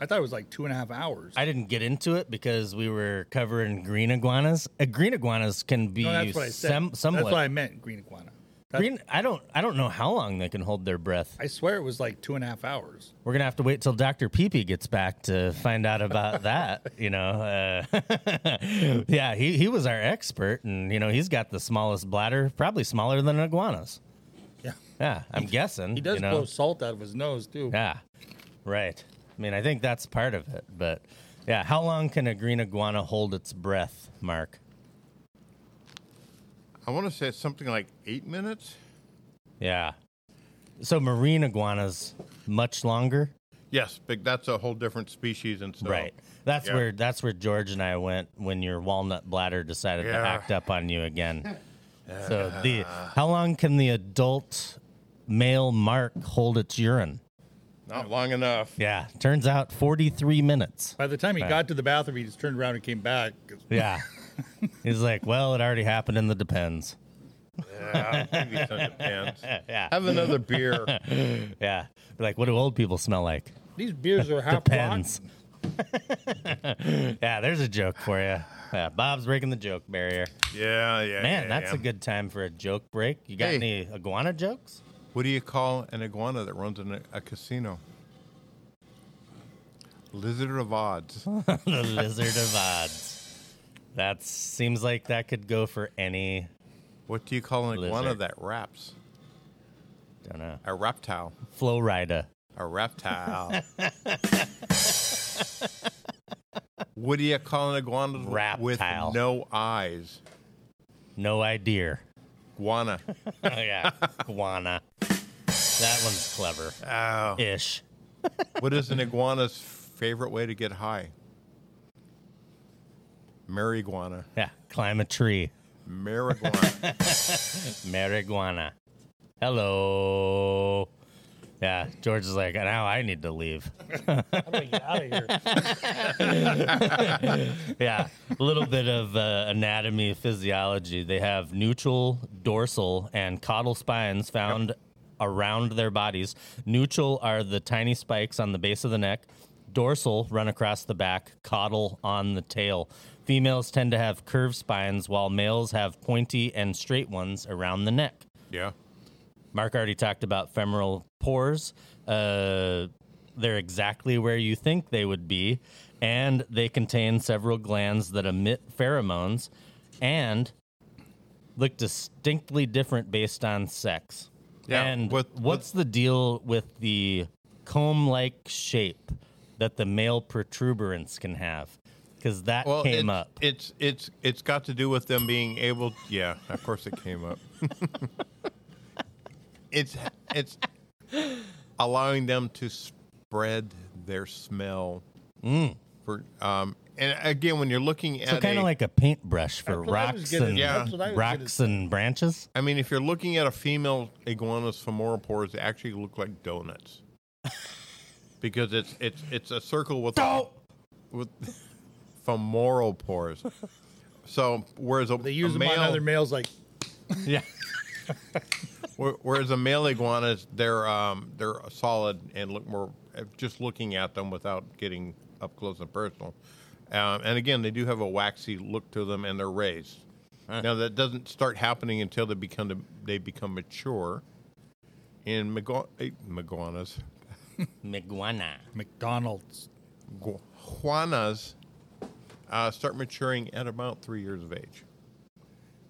S3: I thought it was like two and a half hours.
S1: I didn't get into it because we were covering green iguanas. Uh, green iguanas can be
S3: no, that's what I said.
S1: sem- somewhat.
S3: that's what I meant, green iguana. That-
S1: green. I don't. I don't know how long they can hold their breath.
S3: I swear it was like two and a half hours.
S1: We're gonna have to wait till Doctor Peepee gets back to find out about <laughs> that. You know. Uh, <laughs> yeah, he he was our expert, and you know he's got the smallest bladder, probably smaller than iguanas.
S3: Yeah,
S1: Yeah, I'm guessing.
S3: he does
S1: you know?
S3: blow salt out of his nose too.
S1: Yeah, right. I mean, I think that's part of it, but yeah, how long can a green iguana hold its breath, Mark?
S2: I want to say it's something like eight minutes.
S1: Yeah. So marine iguanas much longer,
S2: Yes, but that's a whole different species, and so
S1: right? That's
S2: yeah.
S1: where that's where George and I went when your walnut bladder decided
S2: Yeah.
S1: to act up on you
S2: <laughs>
S1: again. So the how long can the adult male mark hold its urine?
S2: not long enough.
S1: Yeah, turns out forty three minutes.
S3: By the time he got to the bathroom, he just turned around and came back.
S1: Yeah, <laughs> he's like, well, it already happened in the depends.
S2: Yeah, maybe some depends.
S1: <laughs> Yeah,
S2: Have
S1: <laughs>
S2: another beer.
S1: yeah. Like, what do old people smell like?
S3: These beers are half
S1: Depends.
S3: rotten.
S1: <laughs> Yeah, there's a joke for you. Yeah, Bob's breaking the joke barrier.
S2: Yeah, yeah.
S1: Man,
S2: yeah,
S1: that's
S2: yeah.
S1: a good time for a joke break. You got
S2: um, Hey.
S1: any iguana jokes?
S2: What do you call an iguana that runs in a, a casino? Lizard
S1: <laughs>
S2: of odds.
S1: the Lizard of Odds. That seems like that could go for any.
S2: What do you call an iguana
S1: Lizard.
S2: that raps?
S1: Don't know.
S2: A reptile.
S1: Flow Rida. <laughs>
S2: A reptile. what do you call an iguana with
S1: Raptile.
S2: no eyes?
S1: No idea.
S2: Guana.
S1: Oh yeah, iguana. That one's clever.
S2: Oh.
S1: Ish.
S2: <laughs> what is an iguana's favorite way to get high? Mariguana.
S1: Yeah, climb a tree.
S2: Mariguana.
S1: <laughs> Marijuana. Hello. Yeah, George is like, now I need to leave.
S3: I'm gonna get out of here.
S1: <laughs> Yeah, a little bit of uh, anatomy, physiology. They have neutral, dorsal, and caudal spines found around their bodies. Neutral are the tiny spikes on the base of the neck. Dorsal run across the back, caudal on the tail. Females tend to have curved spines, while males have pointy and straight ones around the neck.
S2: yeah.
S1: Mark already talked about femoral pores. Uh, they're exactly where you think they would be, and they contain several glands that emit pheromones and look distinctly different based on sex.
S2: Yeah,
S1: and
S2: with-
S1: what's the deal with the comb like shape that the male protuberance can have? Because that
S2: Well,
S1: came
S2: it's,
S1: up.
S2: it's it's it's got to do with them being able. Yeah, of course it
S1: <laughs>
S2: came up. it's it's allowing them to spread their smell for um and again when you're looking at
S1: Mm. so kind
S2: a-
S1: of like a paintbrush for
S3: what I was
S1: rocks
S3: getting-
S1: and
S2: Yeah. that's
S3: what I was
S1: rocks and branches.
S2: I mean, if you're looking at a female iguana's femoral pores, they actually look like
S3: <laughs>
S2: donuts because it's it's it's a circle with with <laughs> femoral pores. So whereas a,
S3: They use
S2: a
S3: them on
S2: male,
S3: other males like
S1: Yeah.
S2: whe- whereas a male iguanas, they're um they're solid and look more just looking at them without getting up close and personal. Um, and again, they do have a waxy look to them, and they're raised. Now that doesn't start happening until they become the, they become mature. In magu- eh, maguanas,
S1: Miguana.
S3: McDonald's.
S2: gu- juanas, uh, start maturing at about three years of age.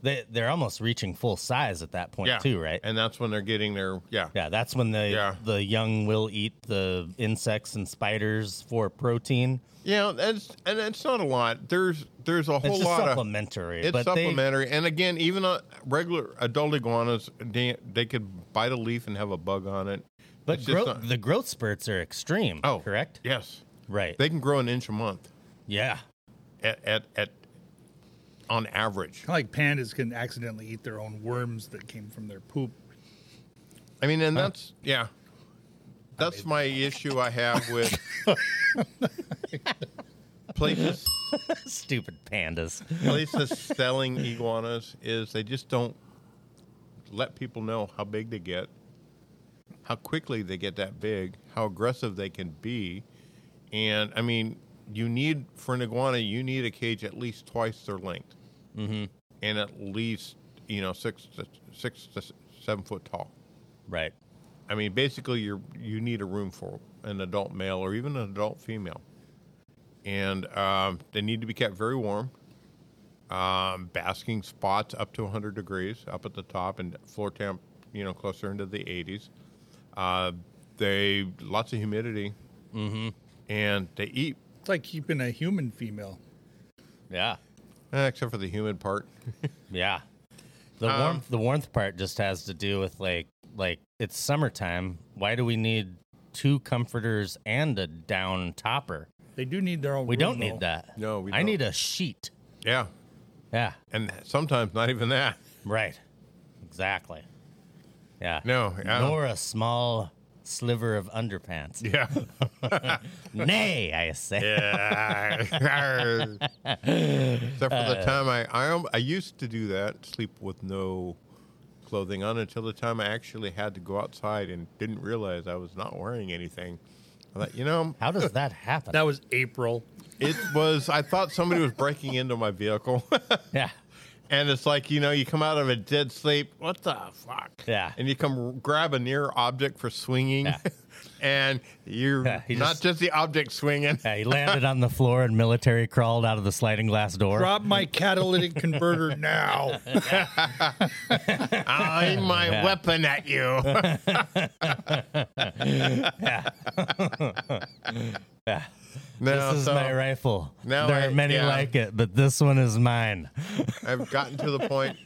S1: they they're almost reaching full size at that point too, right?
S2: And that's when they're getting their yeah.
S1: yeah, that's when the
S2: Yeah.
S1: the young will eat the insects and spiders for protein.
S2: Yeah, that's and it's not a lot. There's there's a whole
S1: It's just
S2: lot of
S1: supplementary,
S2: It's
S1: but
S2: supplementary, and again, even a regular adult iguanas, they, they could bite a leaf and have a bug on it.
S1: they but
S2: It's just
S1: grow-
S2: not-
S1: the growth spurts are extreme.
S2: oh,
S1: correct.
S2: Yes,
S1: Right.
S2: they can grow an inch a month
S1: yeah. <laughs>
S2: at at, at on average.
S3: Kind of like pandas can accidentally eat their own worms that came from their poop.
S2: I mean, and that's yeah, that's my issue I have with
S1: <laughs>
S2: places
S1: Stupid pandas.
S2: places selling iguanas is they just don't let people know how big they get, how quickly they get that big, how aggressive they can be. And I mean, you need for an iguana, you need a cage at least twice their length, mm-hmm. and at least you know six to, six to seven foot tall.
S1: right.
S2: I mean, basically, you you need a room for an adult male or even an adult female, and um, they need to be kept very warm. Um, basking spots up to 100 degrees up at the top and floor temp, you know, closer into the 80s. Uh, they lots of humidity, mm-hmm. and they eat
S3: It's like keeping a human female.
S1: Yeah.
S2: eh, except for the humid part.
S1: Yeah. The
S2: Um,
S1: warmth the warmth part just has to do with like like it's summertime. Why do we need two comforters and a down topper?
S3: They do need their own.
S1: We
S3: room,
S1: don't
S3: though.
S1: need that.
S2: No, we
S1: I
S2: don't.
S1: need a sheet.
S2: yeah,
S1: Yeah.
S2: and sometimes not even that.
S1: Right. Exactly. Yeah.
S2: No, yeah.
S1: Nor a small sliver of
S2: <laughs>
S1: underpants.
S2: Yeah.
S1: Nay, I say.
S2: Yeah. <laughs> Except for the time I, I am- I used to do that, sleep with no clothing on until the time I actually had to go outside and didn't realize I was not wearing anything. I thought, you know,
S1: How does that happen?
S3: That was April.
S2: it was I thought somebody was breaking into my vehicle. <laughs>
S1: yeah.
S2: and it's like, you know, you come out of a dead sleep, what the fuck?
S1: Yeah.
S2: And you come grab a near object for swinging.
S1: Yeah.
S2: <laughs> And
S1: <laughs>
S2: you're
S1: Yeah, he
S2: not
S1: just-
S2: just the object swinging.
S1: Yeah, he landed on the floor and military crawled out of the sliding glass door.
S3: Drop
S1: <laughs>
S3: my catalytic converter now.
S2: I
S1: <laughs>
S2: aim my weapon at you.
S1: Yeah.
S2: No,
S1: This is
S2: so
S1: my rifle.
S2: No,
S1: there
S2: I-
S1: are many
S2: yeah.
S1: like it, but this one is mine.
S2: I've gotten to
S1: <laughs>
S2: the point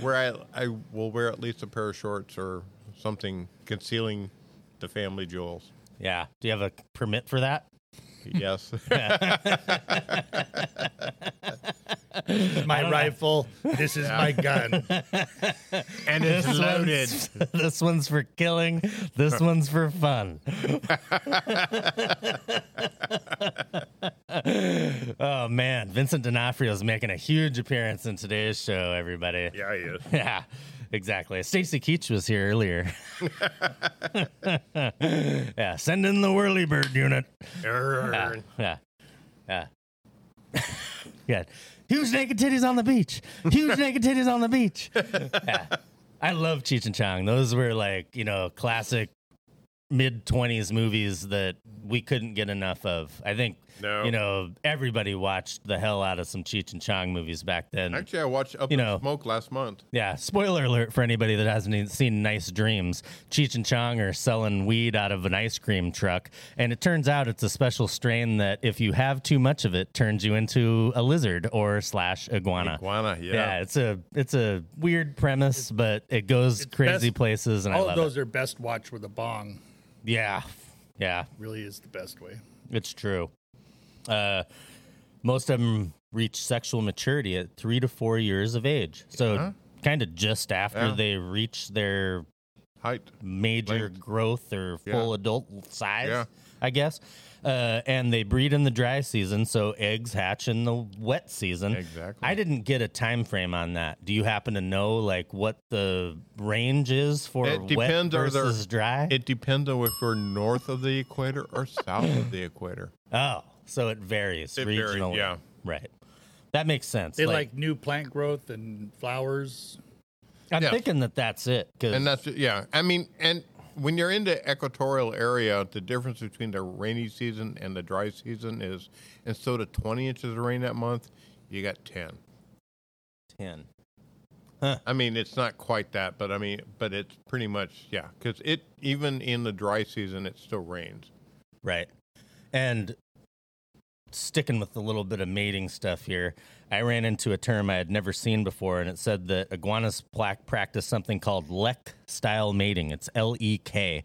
S2: where I I will wear at least a pair of shorts or something concealing the family jewels.
S1: Yeah. Do you have a permit for that? <laughs>
S2: Yes.
S3: My rifle. This is my gun.
S2: and it's loaded.
S1: One's, this one's for killing. This one's for fun. oh man, Vincent D'Onofrio is making a huge appearance in today's show. Everybody.
S2: Yeah, he is.
S1: <laughs> <laughs> Yeah, exactly. Stacy Keach was here earlier. <laughs> yeah, send in the whirly bird unit. Yeah, yeah, yeah. <laughs> Good. Huge naked titties on the beach.
S2: <laughs>
S1: Huge naked titties on the beach. Yeah. I love Cheech and Chong. Those were like you know classic mid twenties movies that we couldn't get enough of. I think
S2: No.
S1: you know everybody watched the hell out of some Cheech and Chong movies back then.
S2: Actually, I watched Up
S1: You
S2: in
S1: know.
S2: Smoke last month.
S1: Yeah, spoiler alert for anybody that hasn't even seen Nice Dreams. Cheech and Chong are selling weed out of an ice cream truck, and it turns out it's a special strain that if you have too much of it, turns you into a lizard or slash iguana.
S2: Iguana, yeah.
S1: it's a it's a weird premise, but it goes crazy
S3: best-
S1: places, and <laughs> I
S3: All
S1: love
S3: of those are best watched with a bong.
S1: it. Yeah, yeah.
S3: Really is the best way.
S1: It's true. Uh, most of them reach sexual maturity at three to four years of age. So, kind of just after
S2: Yeah.
S1: they reach their
S2: Height.
S1: major
S2: Length.
S1: growth or
S2: Yeah.
S1: full adult size,
S2: Yeah.
S1: I guess. Uh, and they breed in the dry season, so eggs hatch in the wet season.
S2: Exactly.
S1: I didn't get a time frame on that. Do you happen to know like what the range is for
S2: It
S1: wet
S2: depends on their-
S1: versus dry?
S2: It depends on if we're north of the equator or south of the equator.
S1: Oh, so it varies
S2: It varies,
S1: regionally.
S2: yeah.
S1: Right. That makes sense.
S3: They like, new plant growth and flowers.
S1: I'm
S2: yeah.
S1: thinking that that's it. 'cause-
S2: And that's yeah. I mean, and when you're in the equatorial area, the difference between the rainy season and the dry season is instead of 20 inches of rain that month, you got 10.
S1: 10.
S2: I mean, it's not quite that, but I mean, but it's pretty much yeah. Because it even in the dry season, it still rains.
S1: Right. And sticking with a little bit of mating stuff here, I ran into a term I had never seen before, and it said that iguanas plac- practice something called lek style mating. It's L E K.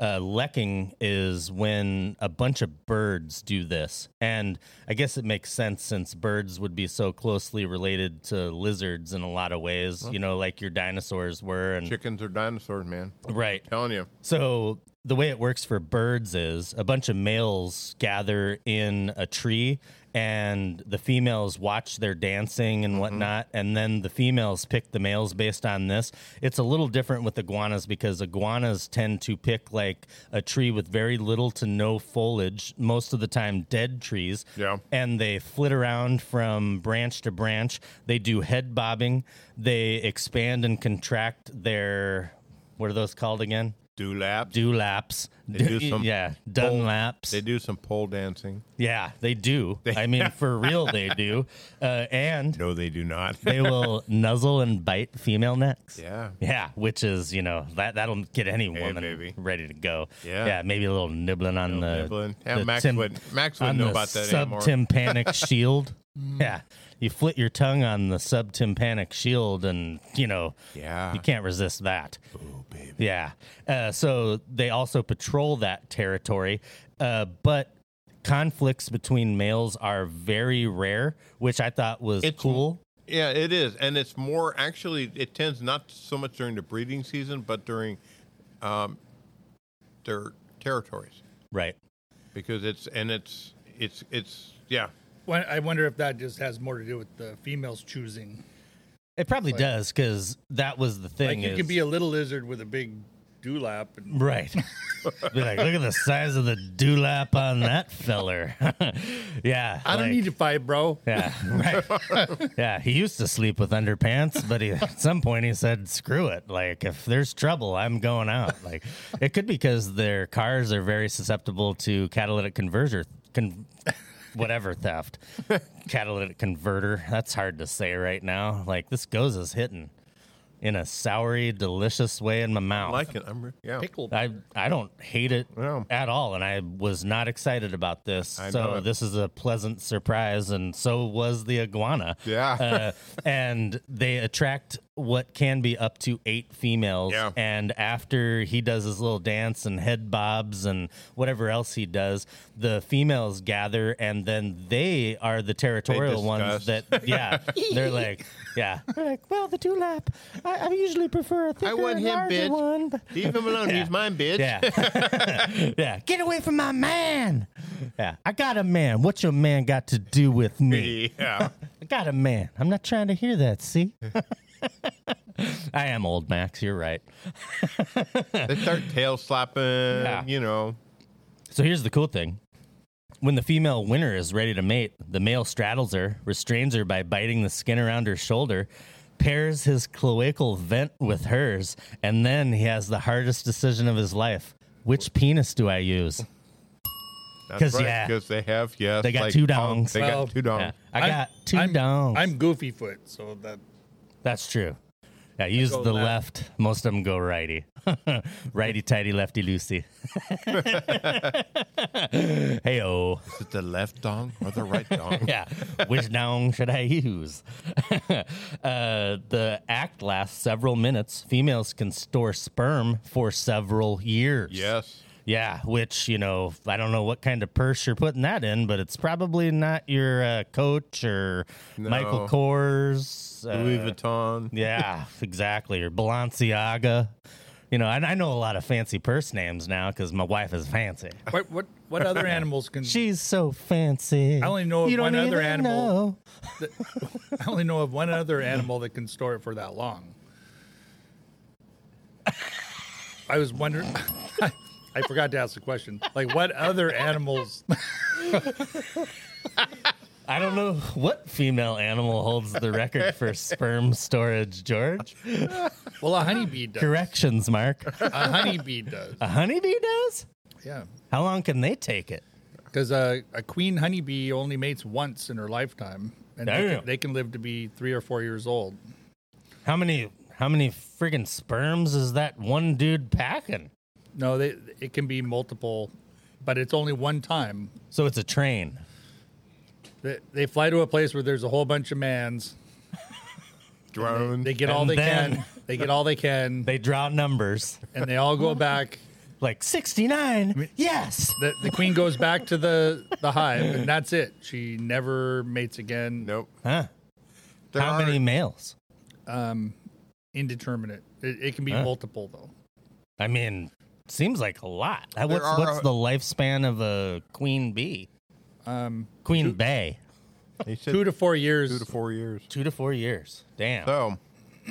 S1: Uh, lecking is when a bunch of birds do this. And I guess it makes sense since birds would be so closely related to lizards in a lot of ways, you know, like your dinosaurs were. And
S2: Chickens are dinosaurs, man.
S1: right.
S2: telling you.
S1: So the way it works for birds is a bunch of males gather in a tree and the females watch their dancing and whatnot and then the females pick the males based on this it's a little different with iguanas because iguanas tend to pick like a tree with very little to no foliage most of the time dead trees
S2: Yeah.
S1: and they flit around from branch to branch they do head bobbing they expand and contract their what are those called again
S2: Do laps.
S1: do laps. <laughs>
S2: do some
S1: yeah, done laps.
S2: They do some pole dancing.
S1: yeah, they do. I
S2: <laughs>
S1: mean, for real, they do. Uh, and
S2: No, they do not. <laughs>
S1: they will nuzzle and bite female necks.
S2: yeah.
S1: Yeah, which is you know that that'll get any woman
S2: baby.
S1: ready to go.
S2: Yeah.
S1: yeah, maybe a little nibbling on the
S2: nibbling. Yeah,
S1: the
S2: Max wouldn't- Max wouldn't
S1: on
S2: know
S1: the
S2: about that anymore. <laughs> Mm.
S1: subtympanic shield. Yeah, you flit your tongue on the subtympanic shield, and you know,
S2: Yeah.
S1: you can't resist that. Oh, baby. Yeah. Uh, so they also patrol that territory, uh, but conflicts between males are very rare, which I thought was
S2: It's-
S1: cool.
S2: Yeah, it is, and it's more actually. It tends not so much during the breeding season, but during um, their territories
S1: Right.
S2: because it's and it's it's it's yeah.
S3: Won- I wonder if that just has more to do with the females choosing.
S1: It probably does 'cause does because that was the
S3: Like
S1: thing.
S3: you
S1: is,
S3: could be a little lizard with a big dewlap. And <laughs>
S1: Right. Be like, look at the size of the dewlap on that feller. <laughs> yeah.
S3: I don't
S1: like-
S3: need to fight, bro.
S1: Yeah, right. yeah, he used to sleep with underpants, but he, at some point he said, "Screw it! Like if there's trouble, I'm going out." Like it could be because their cars are very susceptible to catalytic converter, con, whatever theft, catalytic converter. That's hard to say right now. Like this goes is hitting in a soury, delicious way in my mouth.
S2: I like it. I'm re- yeah.
S3: Pickle.
S1: I I don't hate it
S2: Yeah.
S1: at all, and I was not excited about this.
S2: I know
S1: so
S2: it.
S1: this is a pleasant surprise, and so was the iguana.
S2: <laughs> Yeah.
S1: uh, and they attract what can be up to eight females.
S2: Yeah.
S1: And after he does his little dance and head bobs and whatever else he does, the females gather and then they are the territorial ones
S2: discuss. <laughs>
S1: that, yeah, they're like, yeah. They're like, well, the two lap, I, I usually prefer a thicker
S2: I want
S1: and
S2: him,
S1: larger
S2: bitch.
S1: one. but-
S2: Leave him alone.
S1: Yeah.
S2: He's mine, bitch.
S1: Yeah. <laughs> yeah. Get away from my man. Yeah. I got a man. What your man got to do with me? <laughs>
S2: Yeah.
S1: I got a man. I'm not trying to hear that, <laughs> see? I am old, Max. You're right.
S2: they start tail slapping, you know.
S1: So here's the cool thing. When the female winner is ready to mate, the male straddles her, restrains her by biting the skin around her shoulder, pairs his cloacal vent with hers, and then he has the hardest decision of his life. Which penis do I use?
S2: That's
S1: 'Cause,
S2: right,
S1: yeah.
S2: they have, yes.
S1: They got
S2: like
S1: two
S2: dong-
S1: dongs.
S2: They
S3: Well,
S2: got two dongs.
S1: Yeah. I
S3: I'm-
S1: got 2
S3: I'm,
S1: dongs.
S3: I'm goofy foot, so that
S1: That's true. Yeah, use the left. Most of them go righty. <laughs> righty tighty, lefty loosey. <laughs> hey oh.
S2: Is it the left dong or the right
S1: <laughs>
S2: dong?
S1: Yeah. Which dong should I use? <laughs> uh, the act lasts several minutes. Females can store sperm for several years.
S2: Yes.
S1: Yeah, which, you know, I don't know what kind of purse you're putting that in, but it's probably not your uh, coach or Michael
S2: No.
S1: Kors. uh,
S2: Louis Vuitton.
S1: yeah, exactly. Or Balenciaga. You know, and I know a lot of fancy purse names now because my wife is fancy.
S3: what what what
S1: <laughs>
S3: other animals can
S1: She's so fancy.
S3: I only know of
S1: You don't
S3: one other
S1: even
S3: animal.
S1: know.
S3: I only know of one other animal that can store it for that long. I was wondering. <laughs> I forgot to ask the question. Like, what other animals?
S1: I don't know what female animal holds the record for sperm storage, George.
S3: Well, a honeybee does.
S1: Corrections, Mark.
S3: A honeybee does.
S1: A honeybee does?
S3: Yeah,
S1: How long can they take it?
S3: because a, a queen honeybee only mates once in her lifetime, and they
S1: Damn.
S3: can, they can live to be three or four years old.
S1: How many how many friggin' sperms is that one dude packing?
S3: No, they it can be multiple, but it's only one time.
S1: So it's a train.
S3: They, they fly to a place where there's a whole bunch of mans.
S2: Drone.
S3: They get all
S1: And
S3: they
S1: then-
S3: can. They get all they can,
S1: <laughs> They draw numbers.
S3: and they all go back.
S1: Like sixty nine. Yes.
S3: The, the queen goes back to the the hive, and that's it. She never mates again.
S2: nope.
S1: Huh.
S2: There
S1: How
S2: are-
S1: many males?
S3: Um, Indeterminate. It, it can be
S1: Huh.
S3: multiple though.
S1: I mean, seems like a lot. Uh, What's,
S2: are
S1: what's
S2: a-
S1: the lifespan of a queen bee? Um, queen bay,
S2: He said
S3: Two to four years.
S2: two to four years.
S1: two to four years. Damn.
S2: So,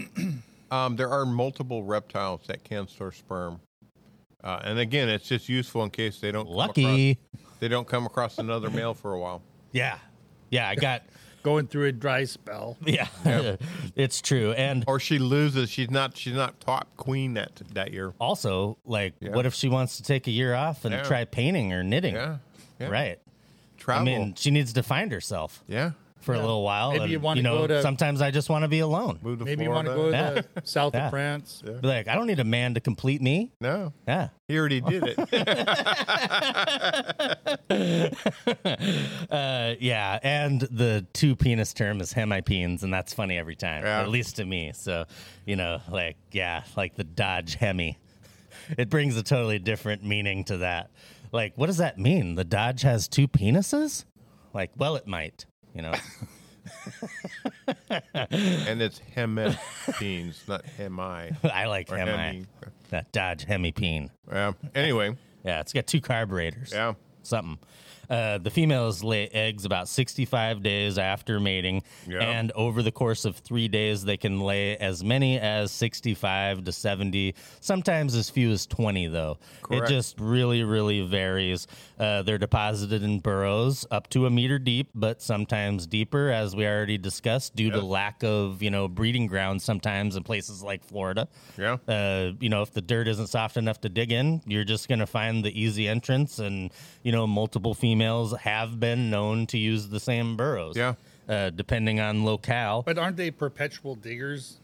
S2: <clears throat> um, there are multiple reptiles that can store sperm, uh, and again, it's just useful in case they don't come
S1: Lucky.
S2: across, they don't come across another male for a while.
S1: Yeah. Yeah, I
S2: <laughs>
S1: got.
S3: Going through a dry spell.
S1: Yeah, <laughs> it's true. And
S2: Or she loses. She's not. She's not top queen that that year.
S1: also, like, what if she wants to take a year off and
S2: Yeah.
S1: try painting or knitting?
S2: Yeah. yeah.
S1: Right. I
S2: Travel.
S1: mean, she needs to find herself
S2: yeah.
S1: for a little while.
S3: Maybe
S1: and,
S3: you wanna
S1: know,
S3: go to-
S1: sometimes I just want to be alone.
S2: Move to
S3: Maybe you want
S2: Florida.
S3: to go to the south
S1: Yeah.
S3: of France.
S1: Be like, I don't need a man to complete me.
S2: No,
S1: Yeah.
S2: he already did it. <laughs>
S1: Uh, yeah, and the two penis term is hemipenes, and that's funny every time,
S2: Yeah.
S1: at least to me. So, you know, like yeah, like the Dodge Hemi, <laughs> it brings a totally different meaning to that. Like, what does that mean? The Dodge has two penises? Like, well, it might, you know. <laughs>
S2: and it's hemipines, not hemi.
S1: I like
S2: Or
S1: Hemi,
S2: Hemi.
S1: that Dodge Hemipene.
S2: Yeah. Anyway,
S1: Yeah, it's got two carburetors.
S2: yeah.
S1: something. Uh, the females lay eggs about 65 days after mating,
S2: Yeah.
S1: and over the course of three days, they can lay as many as 65 to 70, sometimes as few as 20, though.
S2: Correct.
S1: It just really, really varies. Uh, they're deposited in burrows up to a meter deep, but sometimes deeper, as we already discussed, due to lack of, you know, breeding grounds sometimes in places like Florida
S2: Yeah.
S1: uh, you know, if the dirt isn't soft enough to dig in, you're just going to find the easy entrance. And, you know, multiple females have been known to use the same burrows.
S2: Yeah.
S1: Uh, depending on locale.
S3: But aren't they perpetual diggers?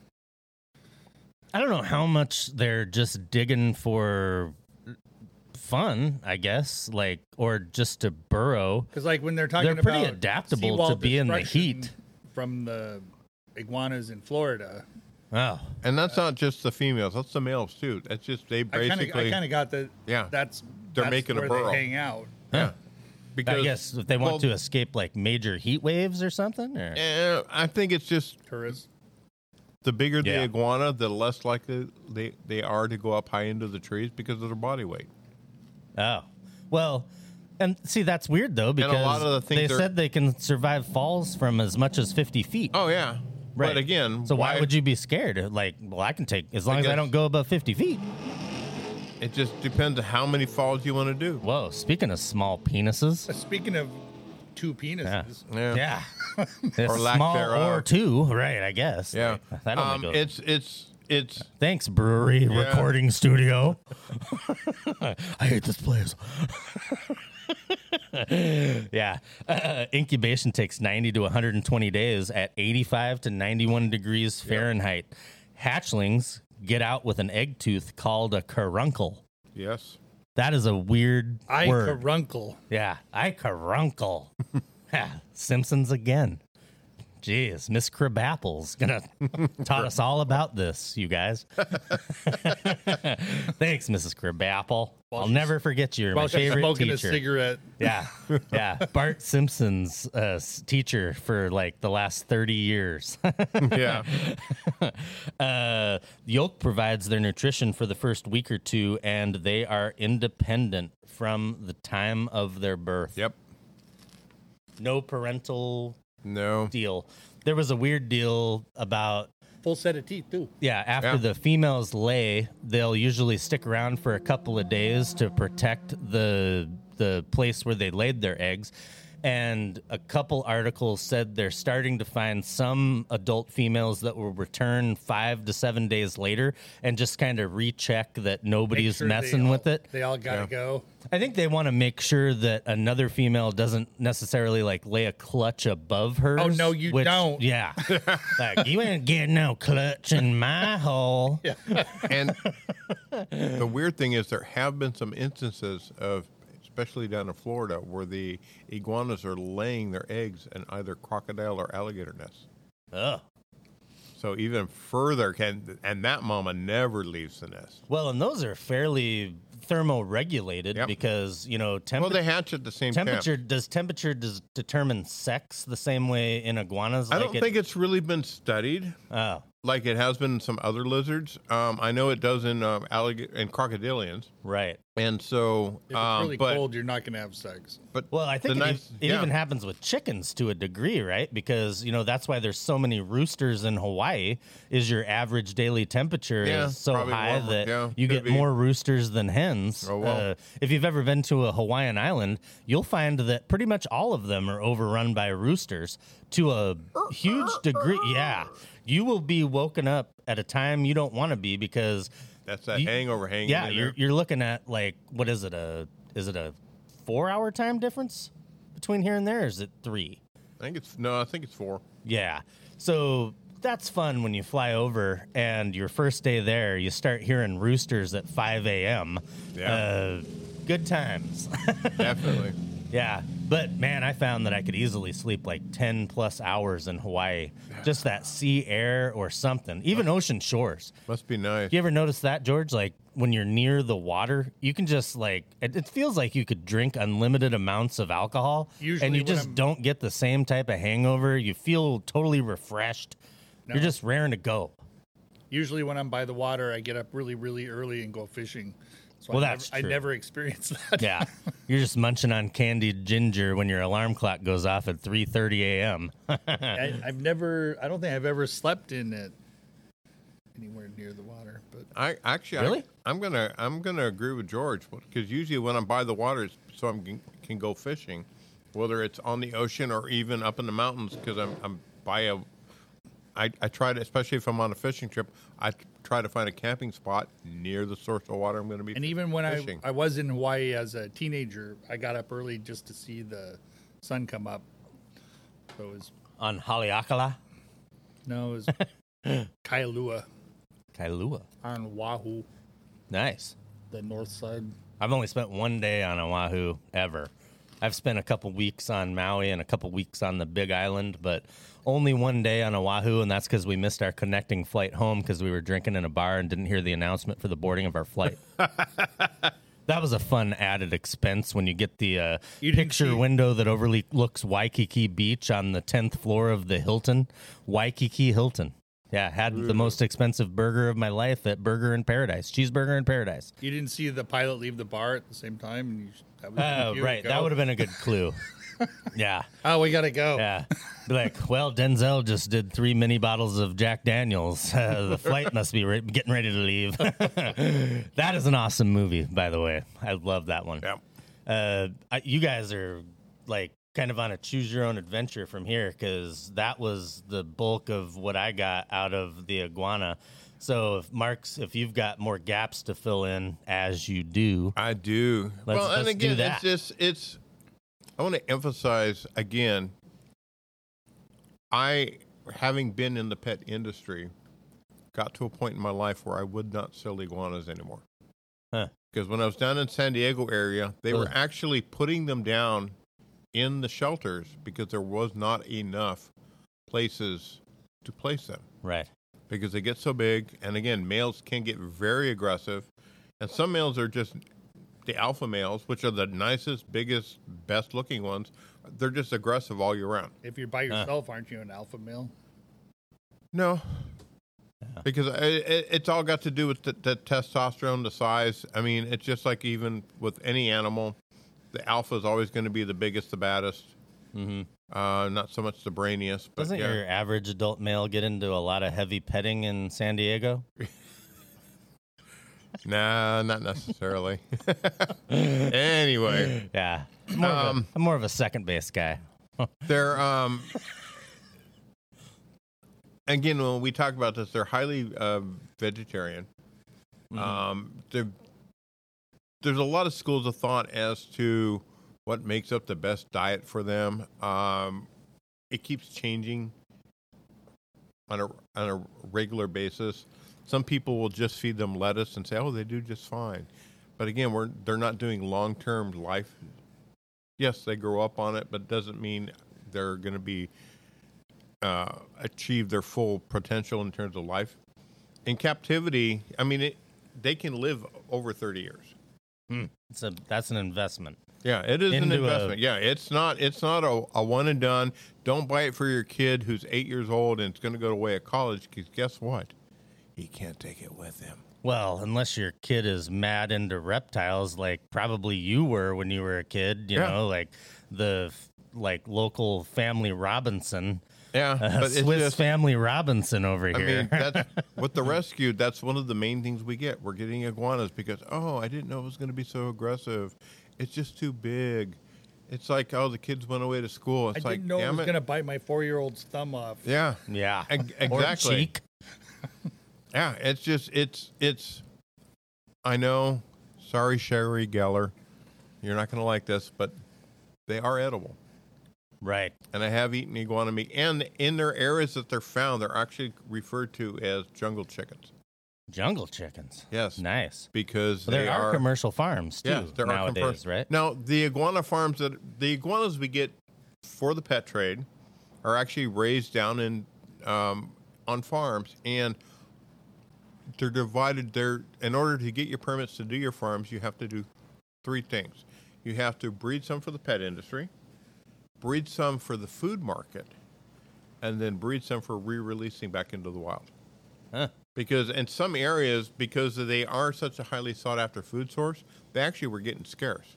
S1: I don't know how much they're just digging for fun, I guess, like, or just to burrow.
S3: Because like when they're talking
S1: They're
S3: about
S1: pretty adaptable to
S3: seawall
S1: be in the
S3: destruction
S1: heat.
S3: from the iguanas in Florida.
S1: Oh,
S2: And that's not just the females; that's the males too. That's just they
S3: I kind
S2: basically
S3: of I kind of got that.
S2: Yeah.
S3: that's
S2: They're
S3: that's
S2: making a
S3: where
S2: burrow.
S3: They hang out.
S2: yeah. Because
S1: I guess if they want
S2: well,
S1: to escape like major heat waves or something. Or?
S2: eh, I think it's just
S3: Tourists.
S2: the bigger the
S1: Yeah.
S2: iguana, the less likely they, they are to go up high into the trees because of their body weight.
S1: Oh, well, and see that's weird though because
S2: lot of the things
S1: they
S2: they're-
S1: said they can survive falls from as much as fifty feet.
S2: Oh yeah, But again,
S1: so why, would you be scared? Like, well, I can take as long as I
S2: guess-
S1: don't go above fifty feet.
S2: It just depends on how many falls you want to do.
S1: Whoa! Speaking of small penises,
S3: Uh, Speaking of two penises,
S2: Yeah.
S1: yeah,
S2: <laughs> Or lack
S1: small
S2: thereof.
S1: or two, right? I guess.
S2: Yeah.
S1: That only
S2: Um,
S1: goes-
S2: it's it's it's
S1: Thanks, brewery recording studio. I hate this place. yeah. <laughs> Uh, incubation takes 90 to 120 days at 85 to 91 degrees Fahrenheit. Hatchlings get out with an egg tooth called a caruncle. <laughs>
S2: yes.
S1: That is a weird
S3: I
S1: word.
S3: caruncle.
S1: yeah. I caruncle. <laughs> Yeah, Simpsons again. Jeez, Miss Crabapple's
S3: <laughs>
S1: gonna taught us all about this, you guys. <laughs> Thanks, Mrs. Crabapple. I'll never forget you. You're my
S3: While she's
S1: favorite
S3: smoking
S1: teacher.
S3: a cigarette,
S1: Yeah, yeah. <laughs> Bart Simpson's uh, s- teacher for like the last thirty years. <laughs>
S2: Yeah.
S1: uh, yolk provides their nutrition for the first week or two, and they are independent from the time of their birth.
S2: yep.
S1: No parental
S2: No.
S1: deal. There was a weird deal about
S3: full set of teeth too.
S1: yeah, after
S2: Yeah.
S1: the females lay, they'll usually stick around for a couple of days to protect the the place where they laid their eggs. And a couple articles said they're starting to find some adult females that will return five to seven days later and just kind of recheck that
S3: Make
S1: nobody's
S3: sure they
S1: messing
S3: all-
S1: with it.
S3: They all gotta
S2: Yeah.
S3: go.
S1: I think they want to make sure that another female doesn't necessarily like lay a clutch above hers.
S3: Oh, no, you don't.
S1: Yeah,
S3: <laughs>
S1: like you ain't getting no clutch in my hole. Yeah, <laughs>
S2: And the weird thing is, there have been some instances of, especially down in Florida, where the iguanas are laying their eggs in either crocodile or alligator nests.
S1: Ugh.
S2: So even further can, and that mama never leaves the nest.
S1: Well, and those are fairly thermoregulated
S2: Yep.
S1: because you know temp-
S2: Well, they hatch at the same time.
S1: temperature does temperature does determine sex the same way in iguanas.
S2: I
S1: like
S2: don't
S1: it-
S2: think it's really been studied
S1: Oh,
S2: like it has been in some other lizards. Um, I know it does in um, alligator and crocodilians,
S1: right.
S2: and so
S3: If it's
S2: um,
S3: really
S2: but
S3: cold, you're not gonna have sex.
S2: but
S1: Well, I think it,
S2: the nice-
S1: e- it
S2: yeah.
S1: even happens with chickens to a degree, right? Because you know that's why there's so many roosters in Hawaii. Is your average daily temperature
S2: Yeah,
S1: is so
S2: probably
S1: high
S2: warmer.
S1: that
S2: Yeah,
S1: you
S2: could
S1: get
S2: be.
S1: more roosters than hens? Uh,
S2: Oh, wow.
S1: if you've ever been to a Hawaiian island, you'll find that pretty much all of them are overrun by roosters to a huge degree. Yeah, you will be woken up at a time you don't want to be because
S2: that's that
S1: you-
S2: hangover hanging.
S1: yeah,
S2: in
S1: you're
S2: there.
S1: you're looking at like what is it a is it a four hour time difference between here and there? Or is it three?
S2: I think it's no, I think it's four.
S1: Yeah, so that's fun when you fly over and your first day there, you start hearing roosters at five a.m.
S2: Yeah.
S1: Uh, good times. <laughs>
S2: Definitely.
S1: yeah, but man, I found that I could easily sleep like ten plus hours in Hawaii, just that sea air or something, even ocean shores.
S2: Must be nice.
S1: You ever notice that, George? Like when you're near the water, you can just like it, it feels like you could drink unlimited amounts of alcohol,
S3: Usually
S1: and you
S3: when
S1: just
S3: I'm-
S1: don't get the same type of hangover. You feel totally refreshed.
S3: No.
S1: You're just raring to go.
S3: <laughs> Usually, when I'm by the water, I get up really, really early and go fishing. So
S1: Well,
S3: I
S1: that's
S3: never,
S1: true.
S3: I never <laughs> experienced that.
S1: Yeah, you're just munching on candied ginger when your alarm clock goes off at 3:30
S3: <laughs>
S1: a.m.
S3: I, I've never. I don't think I've ever slept in it anywhere near the water. But
S2: I actually,
S1: Really?
S2: I, am gonna, I'm gonna agree with George because usually when I'm by the water, it's so I can, can go fishing, whether it's on the ocean or even up in the mountains, because I'm, I'm by a, I, I try to, especially if I'm on a fishing trip, I try to find a camping spot near the source of water I'm gonna be.
S3: and even when
S2: fishing.
S3: I I was in Hawaii as a teenager, I got up early just to see the sun come up. So it was
S1: on Haleakala,
S3: no, it was
S1: <laughs>
S3: Kailua
S1: Kailua.
S3: on Oahu,
S1: Nice.
S3: the north side.
S1: I've only spent one day on Oahu ever. I've spent a couple weeks on Maui and a couple weeks on the Big Island, but only one day on Oahu, and that's because we missed our connecting flight home because we were drinking in a bar and didn't hear the announcement for the boarding of our
S3: <laughs>
S1: flight. that was a fun added expense when you get the uh,
S3: didn't see-
S1: picture window that overlooks Waikiki Beach on the tenth floor of the Hilton, Waikiki Hilton. Yeah, had the most expensive burger of my life at Burger in Paradise, Cheeseburger in Paradise.
S3: You didn't see the pilot leave the bar at the same time. And you, that was
S1: Oh,
S3: you
S1: right.
S3: go.
S1: That would have been a good clue. yeah.
S3: Oh, we gotta go.
S1: Yeah. Be like, well, Denzel just did three mini bottles of Jack Daniels. <laughs> Uh, the flight must be re- getting ready to leave. <laughs> that is an awesome movie, by the way. I love that one.
S2: Yep.
S1: Uh, I, you guys are like kind of on a choose your own adventure from here because that was the bulk of what I got out of the iguana. So, if Mark's, if you've got more gaps to fill in as you do,
S2: I do.
S1: Let's-
S2: well, and
S1: let's do
S2: again,
S1: that.
S2: it's just it's. I want to emphasize again. I, having been in the pet industry, got to a point in my life where I would not sell iguanas anymore.
S1: Huh.
S2: Because when I was down in San Diego area, they were
S1: Ugh.
S2: actually putting them down in the shelters because there was not enough places to place them
S1: right.
S2: because they get so big. And again, males can get very aggressive. And some males are just the alpha males, which are the nicest, biggest, best looking ones. They're just aggressive all year round.
S3: If you're by yourself, aren't you an alpha male?
S2: No. Because i it, it's all got to do with the, the testosterone, the size. I mean, it's just like even with any animal, the alpha is always going to be the biggest, the baddest. Mm-hmm. Uh, not so much the brainiest, but
S1: Doesn't
S2: yeah.
S1: your average adult male get into a lot of heavy petting in San Diego?
S2: nah,
S1: <laughs>
S2: not necessarily. <laughs> anyway.
S1: Yeah. I'm more, of, a,
S2: Um,
S1: I'm more of a second base guy.
S2: They're um again when we talk about this, they're highly uh, vegetarian. Um, they're- there's a lot of schools of thought as to what makes up the best diet for them. Um, it keeps changing on a on a regular basis. Some people will just feed them lettuce and say, "Oh, they do just fine," but again, we're they're not doing long term life yes, they grow up on it, but doesn't mean they're going to be uh, achieve their full potential in terms of life. In captivity, I mean, it, they can live over thirty years.
S1: It's a, that's an investment.
S2: Yeah, it is an
S1: Into a-
S2: investment. yeah, it's not it's not a, a one and done. Don't buy it for your kid who's eight years old and it's going to go away at college because guess what? He can't take it with him.
S1: Well, unless your kid is mad into reptiles, like probably you were when you were a kid, you
S2: Yeah.
S1: know, like the f- like local family Robinson,
S2: Yeah,
S1: uh, <laughs>
S2: but
S1: Swiss
S2: it's just,
S1: family Robinson over
S2: I
S1: here.
S2: mean,
S1: <laughs>
S2: that's with the rescue. That's one of the main things we get. We're getting iguanas because oh, I didn't know it was going to be so aggressive. It's just too big. It's like oh, the kids went away to school. It's
S3: I
S2: like
S3: didn't know I
S2: damn it.
S3: was gonna bite my four-year-old's thumb off.
S2: yeah,
S1: <laughs> yeah,
S2: Eg-
S1: Or
S2: exactly.
S1: cheek.
S2: yeah. It's just it's it's. I know. Sorry, Sherry Geller, you're not going to like this, but they are edible.
S1: right?
S2: And I have eaten iguana meat, and in their areas that they're found, they're actually referred to as jungle chickens.
S1: Jungle chickens.
S2: Yes,
S1: Nice.
S2: because
S1: Well, there
S2: they
S1: are,
S2: are
S1: commercial farms too
S2: Yes, there
S1: nowadays,
S2: are confirmed.
S1: right?
S2: Now, the iguana farms that the iguanas we get for the pet trade are actually raised down in um, on farms, and they're divided. They're in order to get your permits to do your farms, you have to do three things. You have to breed some for the pet industry, breed some for the food market, and then breed some for re-releasing back into the wild.
S1: Huh.
S2: Because in some areas, because they are such a highly sought after food source, they actually were getting scarce.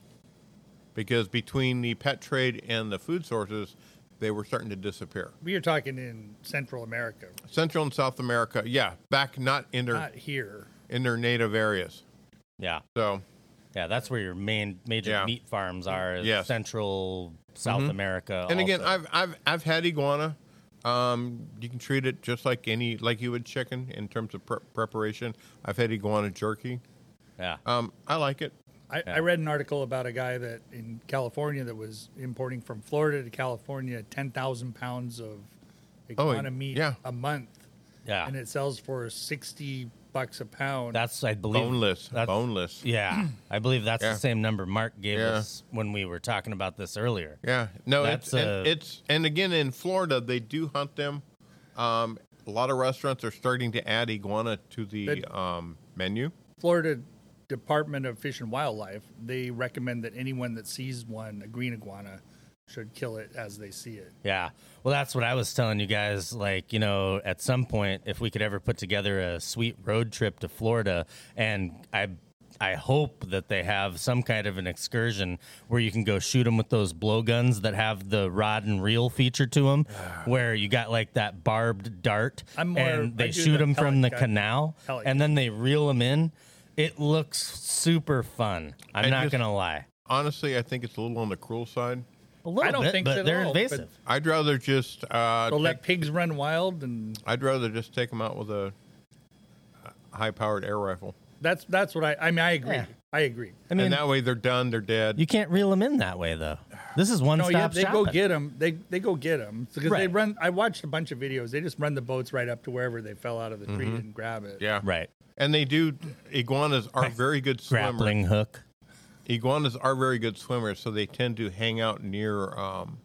S2: Because between the pet trade and the food sources, they were starting to disappear.
S3: We are talking in Central America,
S2: Central and South America, yeah, back not in their
S3: not here.
S2: in their native areas.
S1: Yeah.
S2: So
S1: Yeah, that's where your main major
S2: Yeah.
S1: meat farms are. is
S2: Yes. Mm-hmm.
S1: Central South America.
S2: and again,
S1: also.
S2: I've I've I've had iguana. Um, you can treat it just like any like you would chicken in terms of pre- preparation. I've had iguana jerky.
S1: yeah,
S2: Um, I like it.
S3: I, I read an article about a guy that in California that was importing from Florida to California ten thousand pounds of iguana meat
S2: yeah.
S3: a month,
S1: yeah,
S3: and it sells for sixty bucks a pound.
S1: That's I believe
S2: Boneless.
S1: that's-
S2: boneless.
S1: Yeah, I believe that's
S2: Yeah.
S1: the same number Mark gave
S2: Yeah.
S1: us when we were talking about this earlier.
S2: Yeah, no, it's,
S1: That's,
S2: and
S1: uh,
S2: it's and again in Florida they do hunt them. Um, a lot of restaurants are starting to add iguana to the
S3: Good.
S2: um, menu.
S3: Florida Department of Fish and Wildlife, they recommend that anyone that sees one, a green iguana, should kill it as they see it.
S1: Yeah. Well, that's what I was telling you guys. Like, you know, at some point, if we could ever put together a sweet road trip to Florida, and I, I hope that they have some kind of an excursion where you can go shoot them with those blowguns that have the rod and reel feature to them, where you got like that barbed dart,
S3: Ah. I'm more-
S1: and
S3: I
S1: they
S3: do
S1: shoot
S3: the
S1: them from
S3: pellet
S1: the
S3: gun.
S1: canal,
S3: Pellet
S1: and then they reel them in. It looks super fun. I'm
S2: I
S1: not
S2: just-
S1: gonna lie.
S2: Honestly, I think it's a little on the cruel side.
S1: A little
S3: I don't
S1: bit,
S3: think so
S1: but
S3: at
S1: they're
S3: all, but-
S1: invasive.
S2: I'd rather just uh,
S3: They'll let
S2: take-
S3: pigs run wild, and
S2: I'd rather just take them out with a high-powered air rifle,
S3: that's that's what I. I mean, I agree.
S1: Yeah.
S3: I agree.
S1: I mean,
S2: and that way they're done, they're dead.
S1: You can't reel them in that way, though. This is one
S3: No,
S1: stop
S3: yeah, they
S1: shopping.
S3: go get them. They they go get them because they
S1: Right.
S3: run. I watched a bunch of videos. They just run the boats right up to wherever they fell out of the tree and grab it.
S2: yeah,
S1: right.
S2: And they do. Iguanas are very good swimmers.
S1: Grappling hook.
S2: Iguanas are very good swimmers, so they tend to hang out near um,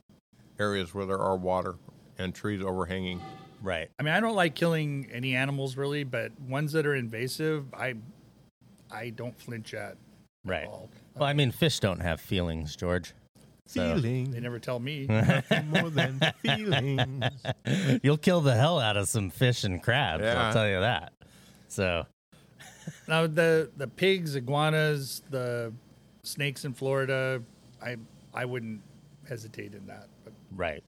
S2: areas where there are water and trees overhanging.
S1: Right.
S3: I mean, I don't like killing any animals really, but ones that are invasive, I I don't flinch at.
S1: Right.
S3: all.
S1: Well, I mean, fish don't have feelings, George. So-
S2: Feelings.
S3: They never tell me.
S1: <laughs>
S2: more than feelings.
S1: You'll kill the hell out of some fish and crabs. I'll
S2: Yeah.
S1: tell you that. So
S3: now the the pigs, iguanas, the snakes in Florida, I I wouldn't hesitate in that. But,
S1: right.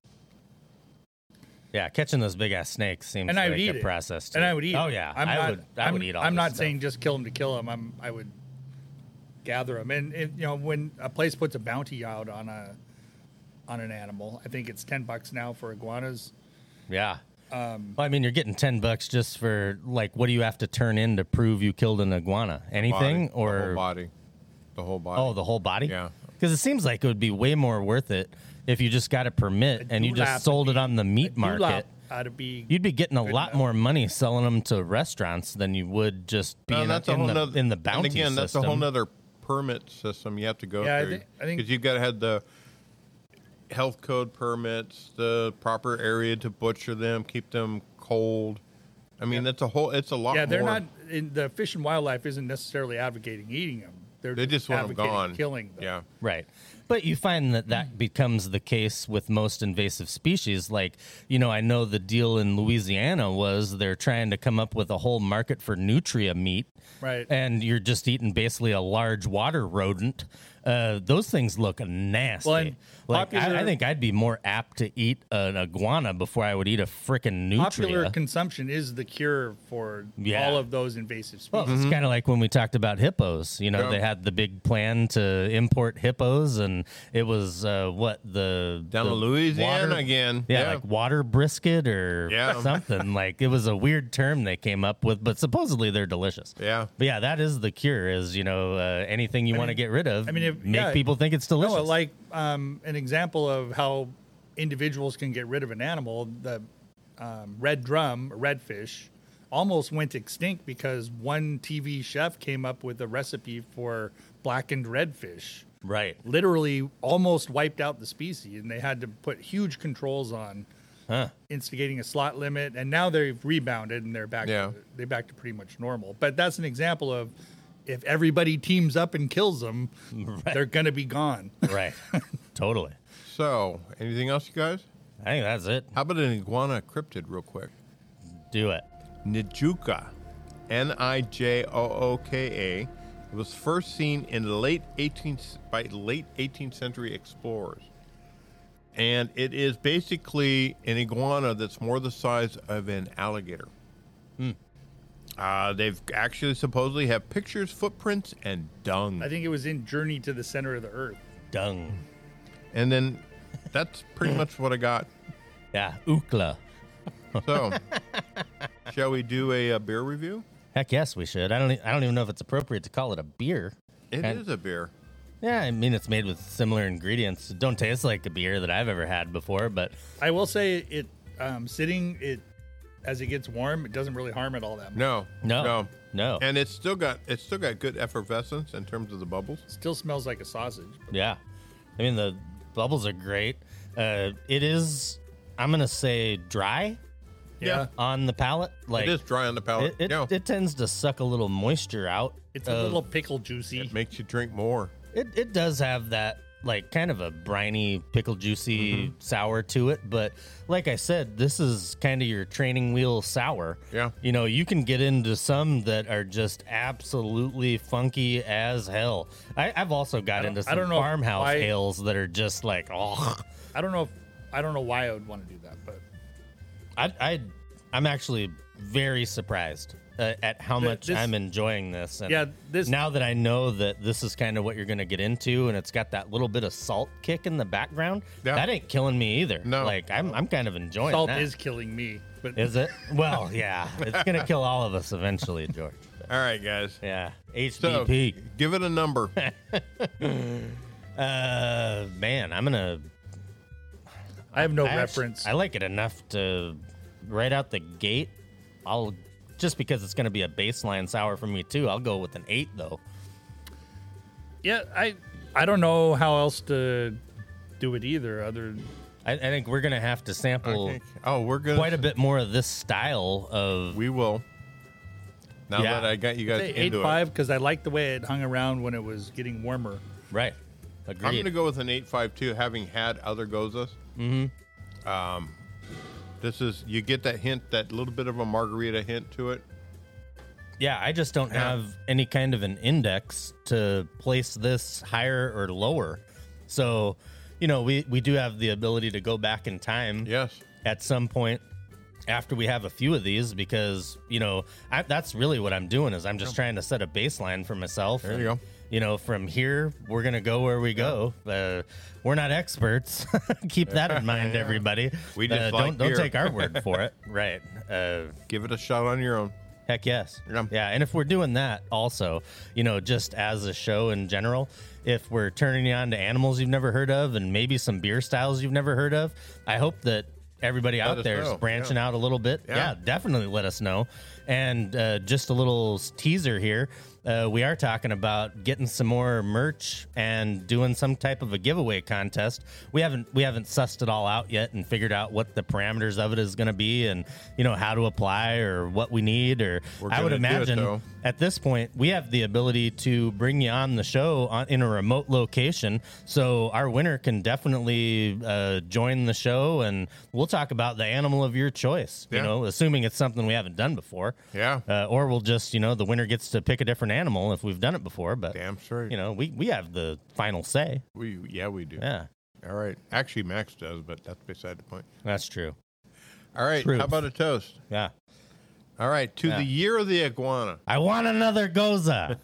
S1: Yeah, catching those big ass snakes seems
S3: and I
S1: like
S3: would eat
S1: a
S3: it.
S1: process. to
S3: and
S1: it.
S3: I would eat.
S1: Oh
S3: it.
S1: yeah,
S3: I'm
S1: I
S3: not,
S1: would. I
S3: I'm-
S1: would eat all.
S3: I'm
S1: this
S3: not
S1: stuff.
S3: saying just kill them to kill them. I'm I would gather them, and it, you know when a place puts a bounty out on a on an animal, I think it's ten bucks now for iguanas.
S1: Yeah.
S3: um,
S1: well, I mean, you're getting ten bucks just for like, what do you have to turn in to prove you killed an iguana? Anything
S2: Body,
S1: or
S2: the whole body? The whole body.
S1: Oh, the whole body?
S2: Yeah.
S1: Because it seems like it would be way more worth it if you just got a permit and you
S3: doolap
S1: just sold it on the meat market.
S3: Doolop ought to be.
S1: You'd be getting a lot
S3: enough.
S1: more money selling them to restaurants than you would just
S2: No,
S1: being
S2: that's a
S1: in,
S2: whole
S1: the,
S2: nother,
S1: in the
S2: and
S1: bounty
S2: again, that's a whole
S1: system.
S2: nother permit system you have to go
S3: Yeah, I
S2: through
S3: thi- I think-
S2: you've got to have the health code permits, the proper area to butcher them, keep them cold. I mean, that's a whole. It's a lot.
S3: yeah, they're
S2: more.
S3: not. In, the fish and wildlife isn't necessarily advocating eating them. They're
S2: They just want them
S3: advocating
S2: gone.
S3: Killing them.
S2: Yeah.
S1: Right. But you find that that becomes the case with most invasive species. Like, you know, I know the deal in Louisiana was they're trying to come up with a whole market for nutria meat.
S3: Right.
S1: And you're just eating basically a large water rodent. Uh, those things look nasty.
S3: Well, and
S1: like, I,
S3: popular-
S1: I think I'd be more apt to eat an iguana before I would eat a freaking
S3: Popular
S1: nutria.
S3: consumption is the cure for
S1: Yeah.
S3: all of those invasive species.
S1: Well, it's kind of like when we talked about hippos. You know,
S2: Yeah.
S1: they had the big plan to import hippos, and it was uh, what the
S2: Down
S1: the
S2: in Louisiana again.
S1: Yeah,
S2: Yeah.
S1: like water brisket or
S2: Yeah.
S1: something. like it was a weird term they came up with, but supposedly they're delicious.
S2: Yeah.
S1: but yeah, that is the cure. Is you know uh, anything you want to get rid of?
S3: I mean, if-
S1: make
S3: yeah.
S1: people think it's delicious.
S3: No, like um, an example of how individuals can get rid of an animal. The um, red drum, redfish, almost went extinct because one TV chef came up with a recipe for blackened redfish.
S1: right.
S3: Literally, almost wiped out the species, and they had to put huge controls on, instigating a slot limit. And now they've rebounded and they're back.
S2: Yeah.
S3: To, they're back to pretty much normal. But that's an example of if everybody teams up and kills them, they're gonna be gone. <laughs>
S1: Right. totally.
S2: So, anything else, you guys?
S1: I think that's it.
S2: How about an iguana cryptid, real quick?
S1: Do it.
S2: Nijuka, N I J O O K A, was first seen in late 18th by late 18th century explorers, and it is basically an iguana that's more the size of an alligator.
S3: Hmm.
S2: Uh, they've actually supposedly have pictures, footprints, and dung.
S3: I think it was in Journey to the Center of the Earth.
S1: Dung.
S2: and then that's pretty much what I
S3: <laughs>
S2: got.
S1: Yeah. Ukla.
S2: So, shall we do a, uh beer review?
S1: Heck yes, we should. I don't. e- I don't even know if it's appropriate to call it a beer.
S2: It is
S1: And-
S2: a beer.
S1: Yeah, I mean it's made with similar ingredients. It don't taste like a beer that I've ever had before, but
S3: I will say it um, sitting it as it gets warm, it doesn't really harm it all that much.
S2: No,
S1: No.
S2: no.
S1: No.
S2: and it's still got it's still got good effervescence in terms of the bubbles.
S3: Still smells like a sausage.
S1: Yeah. I mean, the bubbles are great. Uh, it is, I'm going to say, dry
S3: Yeah.
S1: on the palate. Like,
S2: it is dry on the palate.
S1: It, it,
S2: yeah,
S1: it tends to suck a little moisture out.
S3: It's a
S1: of-
S3: little pickle juicy.
S2: Uh, it makes you drink more.
S1: It, it does have that, like, kind of a briny, pickle juicy
S3: Mm-hmm.
S1: sour to it. But like I said, this is kind of your training wheel sour.
S2: Yeah.
S1: You know, you can get into some that are just absolutely funky as hell. I, I've also got
S3: don't-
S1: into
S3: I
S1: some
S3: don't know
S1: farmhouse
S3: why-
S1: ales that are just like, oh.
S3: I don't know if I don't know why I would want to do that, but
S1: I, I I'm actually very surprised uh, at how
S3: Th-
S1: much
S3: this-
S1: I'm enjoying this. And
S3: Yeah, this-
S1: now that I know that this is kind of what you're going to get into, and it's got that little bit of salt kick in the background.
S2: Yeah.
S1: That ain't killing me either.
S2: No.
S1: like I'm I'm kind of enjoying
S3: salt
S1: that. <laughs>
S3: is killing me. But
S1: Is it?
S3: <laughs>
S1: Well, yeah, it's gonna kill all of us eventually, George.
S2: All right, guys.
S1: Yeah,
S2: So
S1: HBP.
S2: give it
S1: <laughs>
S2: a number.
S1: uh, man, I'm gonna.
S3: I have no
S1: I actu-
S3: reference.
S1: I like it enough to right out the gate. I'll just because it's going to be a baseline sour for me too. I'll go with an eight though.
S3: yeah, I I don't know how else to do it either. Other
S1: I, I think we're going to have to sample
S2: Okay. Oh, we're gonna
S1: quite a bit more of this style of.
S2: We will. Now
S1: Yeah.
S2: that I got you
S3: I'd
S2: guys
S3: say eight
S2: into
S3: five because I like the way it hung around when it was getting warmer.
S1: right.
S2: it, I'm going
S1: Agreed.
S2: to go with an eight five two. Having had other gozas, mm-hmm. um, this is you get that hint, that little bit of a margarita hint to it.
S1: yeah, I just don't
S2: Yeah.
S1: have any kind of an index to place this higher or lower. So, you know, we, we do have the ability to go back in time.
S2: Yes,
S1: at some point after we have a few of these because you know I, that's really what i'm doing is i'm just trying to set a baseline for myself there
S2: you go.
S1: you know from here we're gonna go where we go uh, we're not experts <laughs> keep that in
S2: <laughs>
S1: mind everybody
S2: We just
S1: Uh,
S2: like
S1: don't, don't
S2: beer.
S1: take our word for
S2: <laughs>
S1: it right uh,
S2: give it a shot on your own.
S1: Heck yes.
S2: Yeah.
S1: Yeah. And if we're doing that also, you know, just as a show in general, if we're turning you on to animals you've never heard of and maybe some beer styles you've never heard of, I hope that everybody out
S2: us
S1: there is
S2: know.
S1: branching out a little bit.
S2: Yeah.
S1: Yeah. definitely let us know. And uh, just a little s- teaser here. Uh, we are talking about getting some more merch and doing some type of a giveaway contest. We haven't we haven't sussed it all out yet and figured out what the parameters of it is going to be and you know how to apply or what we need or
S2: We're
S1: I would
S2: gonna do it,
S1: imagine
S2: though.
S1: at this point we have the ability to bring you on the show on, in a remote location, so our winner can definitely uh, join the show, and we'll talk about the animal of your choice.
S2: Yeah.
S1: You know, assuming it's something we haven't done before.
S2: Yeah.
S1: Uh, or we'll just you know the winner gets to pick a different animal if we've done it before. But
S2: Damn straight.
S1: you know we we have the final say.
S2: We yeah we do.
S1: Yeah,
S2: All right. Actually, Max does, but that's beside the point.
S1: that's true.
S2: All right.
S1: Truth.
S2: How about a toast?
S1: Yeah.
S2: All right. To
S1: Yeah.
S2: the year of the iguana.
S1: I want another goza.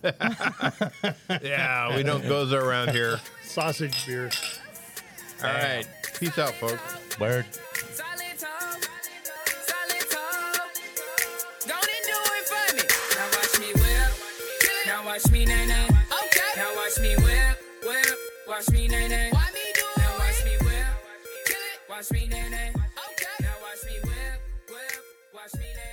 S3: <laughs>
S2: yeah, we don't goza around here.
S3: Sausage beer.
S2: All right. Peace out, folks.
S1: Word.
S7: Solid talk, solid talk. Go and do it for me. Now watch me whip. Now watch me nay nay. Okay. Now watch me whip, whip. Watch me nay nay. Why me do Now watch me whip. Watch me nay nay. Okay. Now watch me whip, whip. Watch me nay.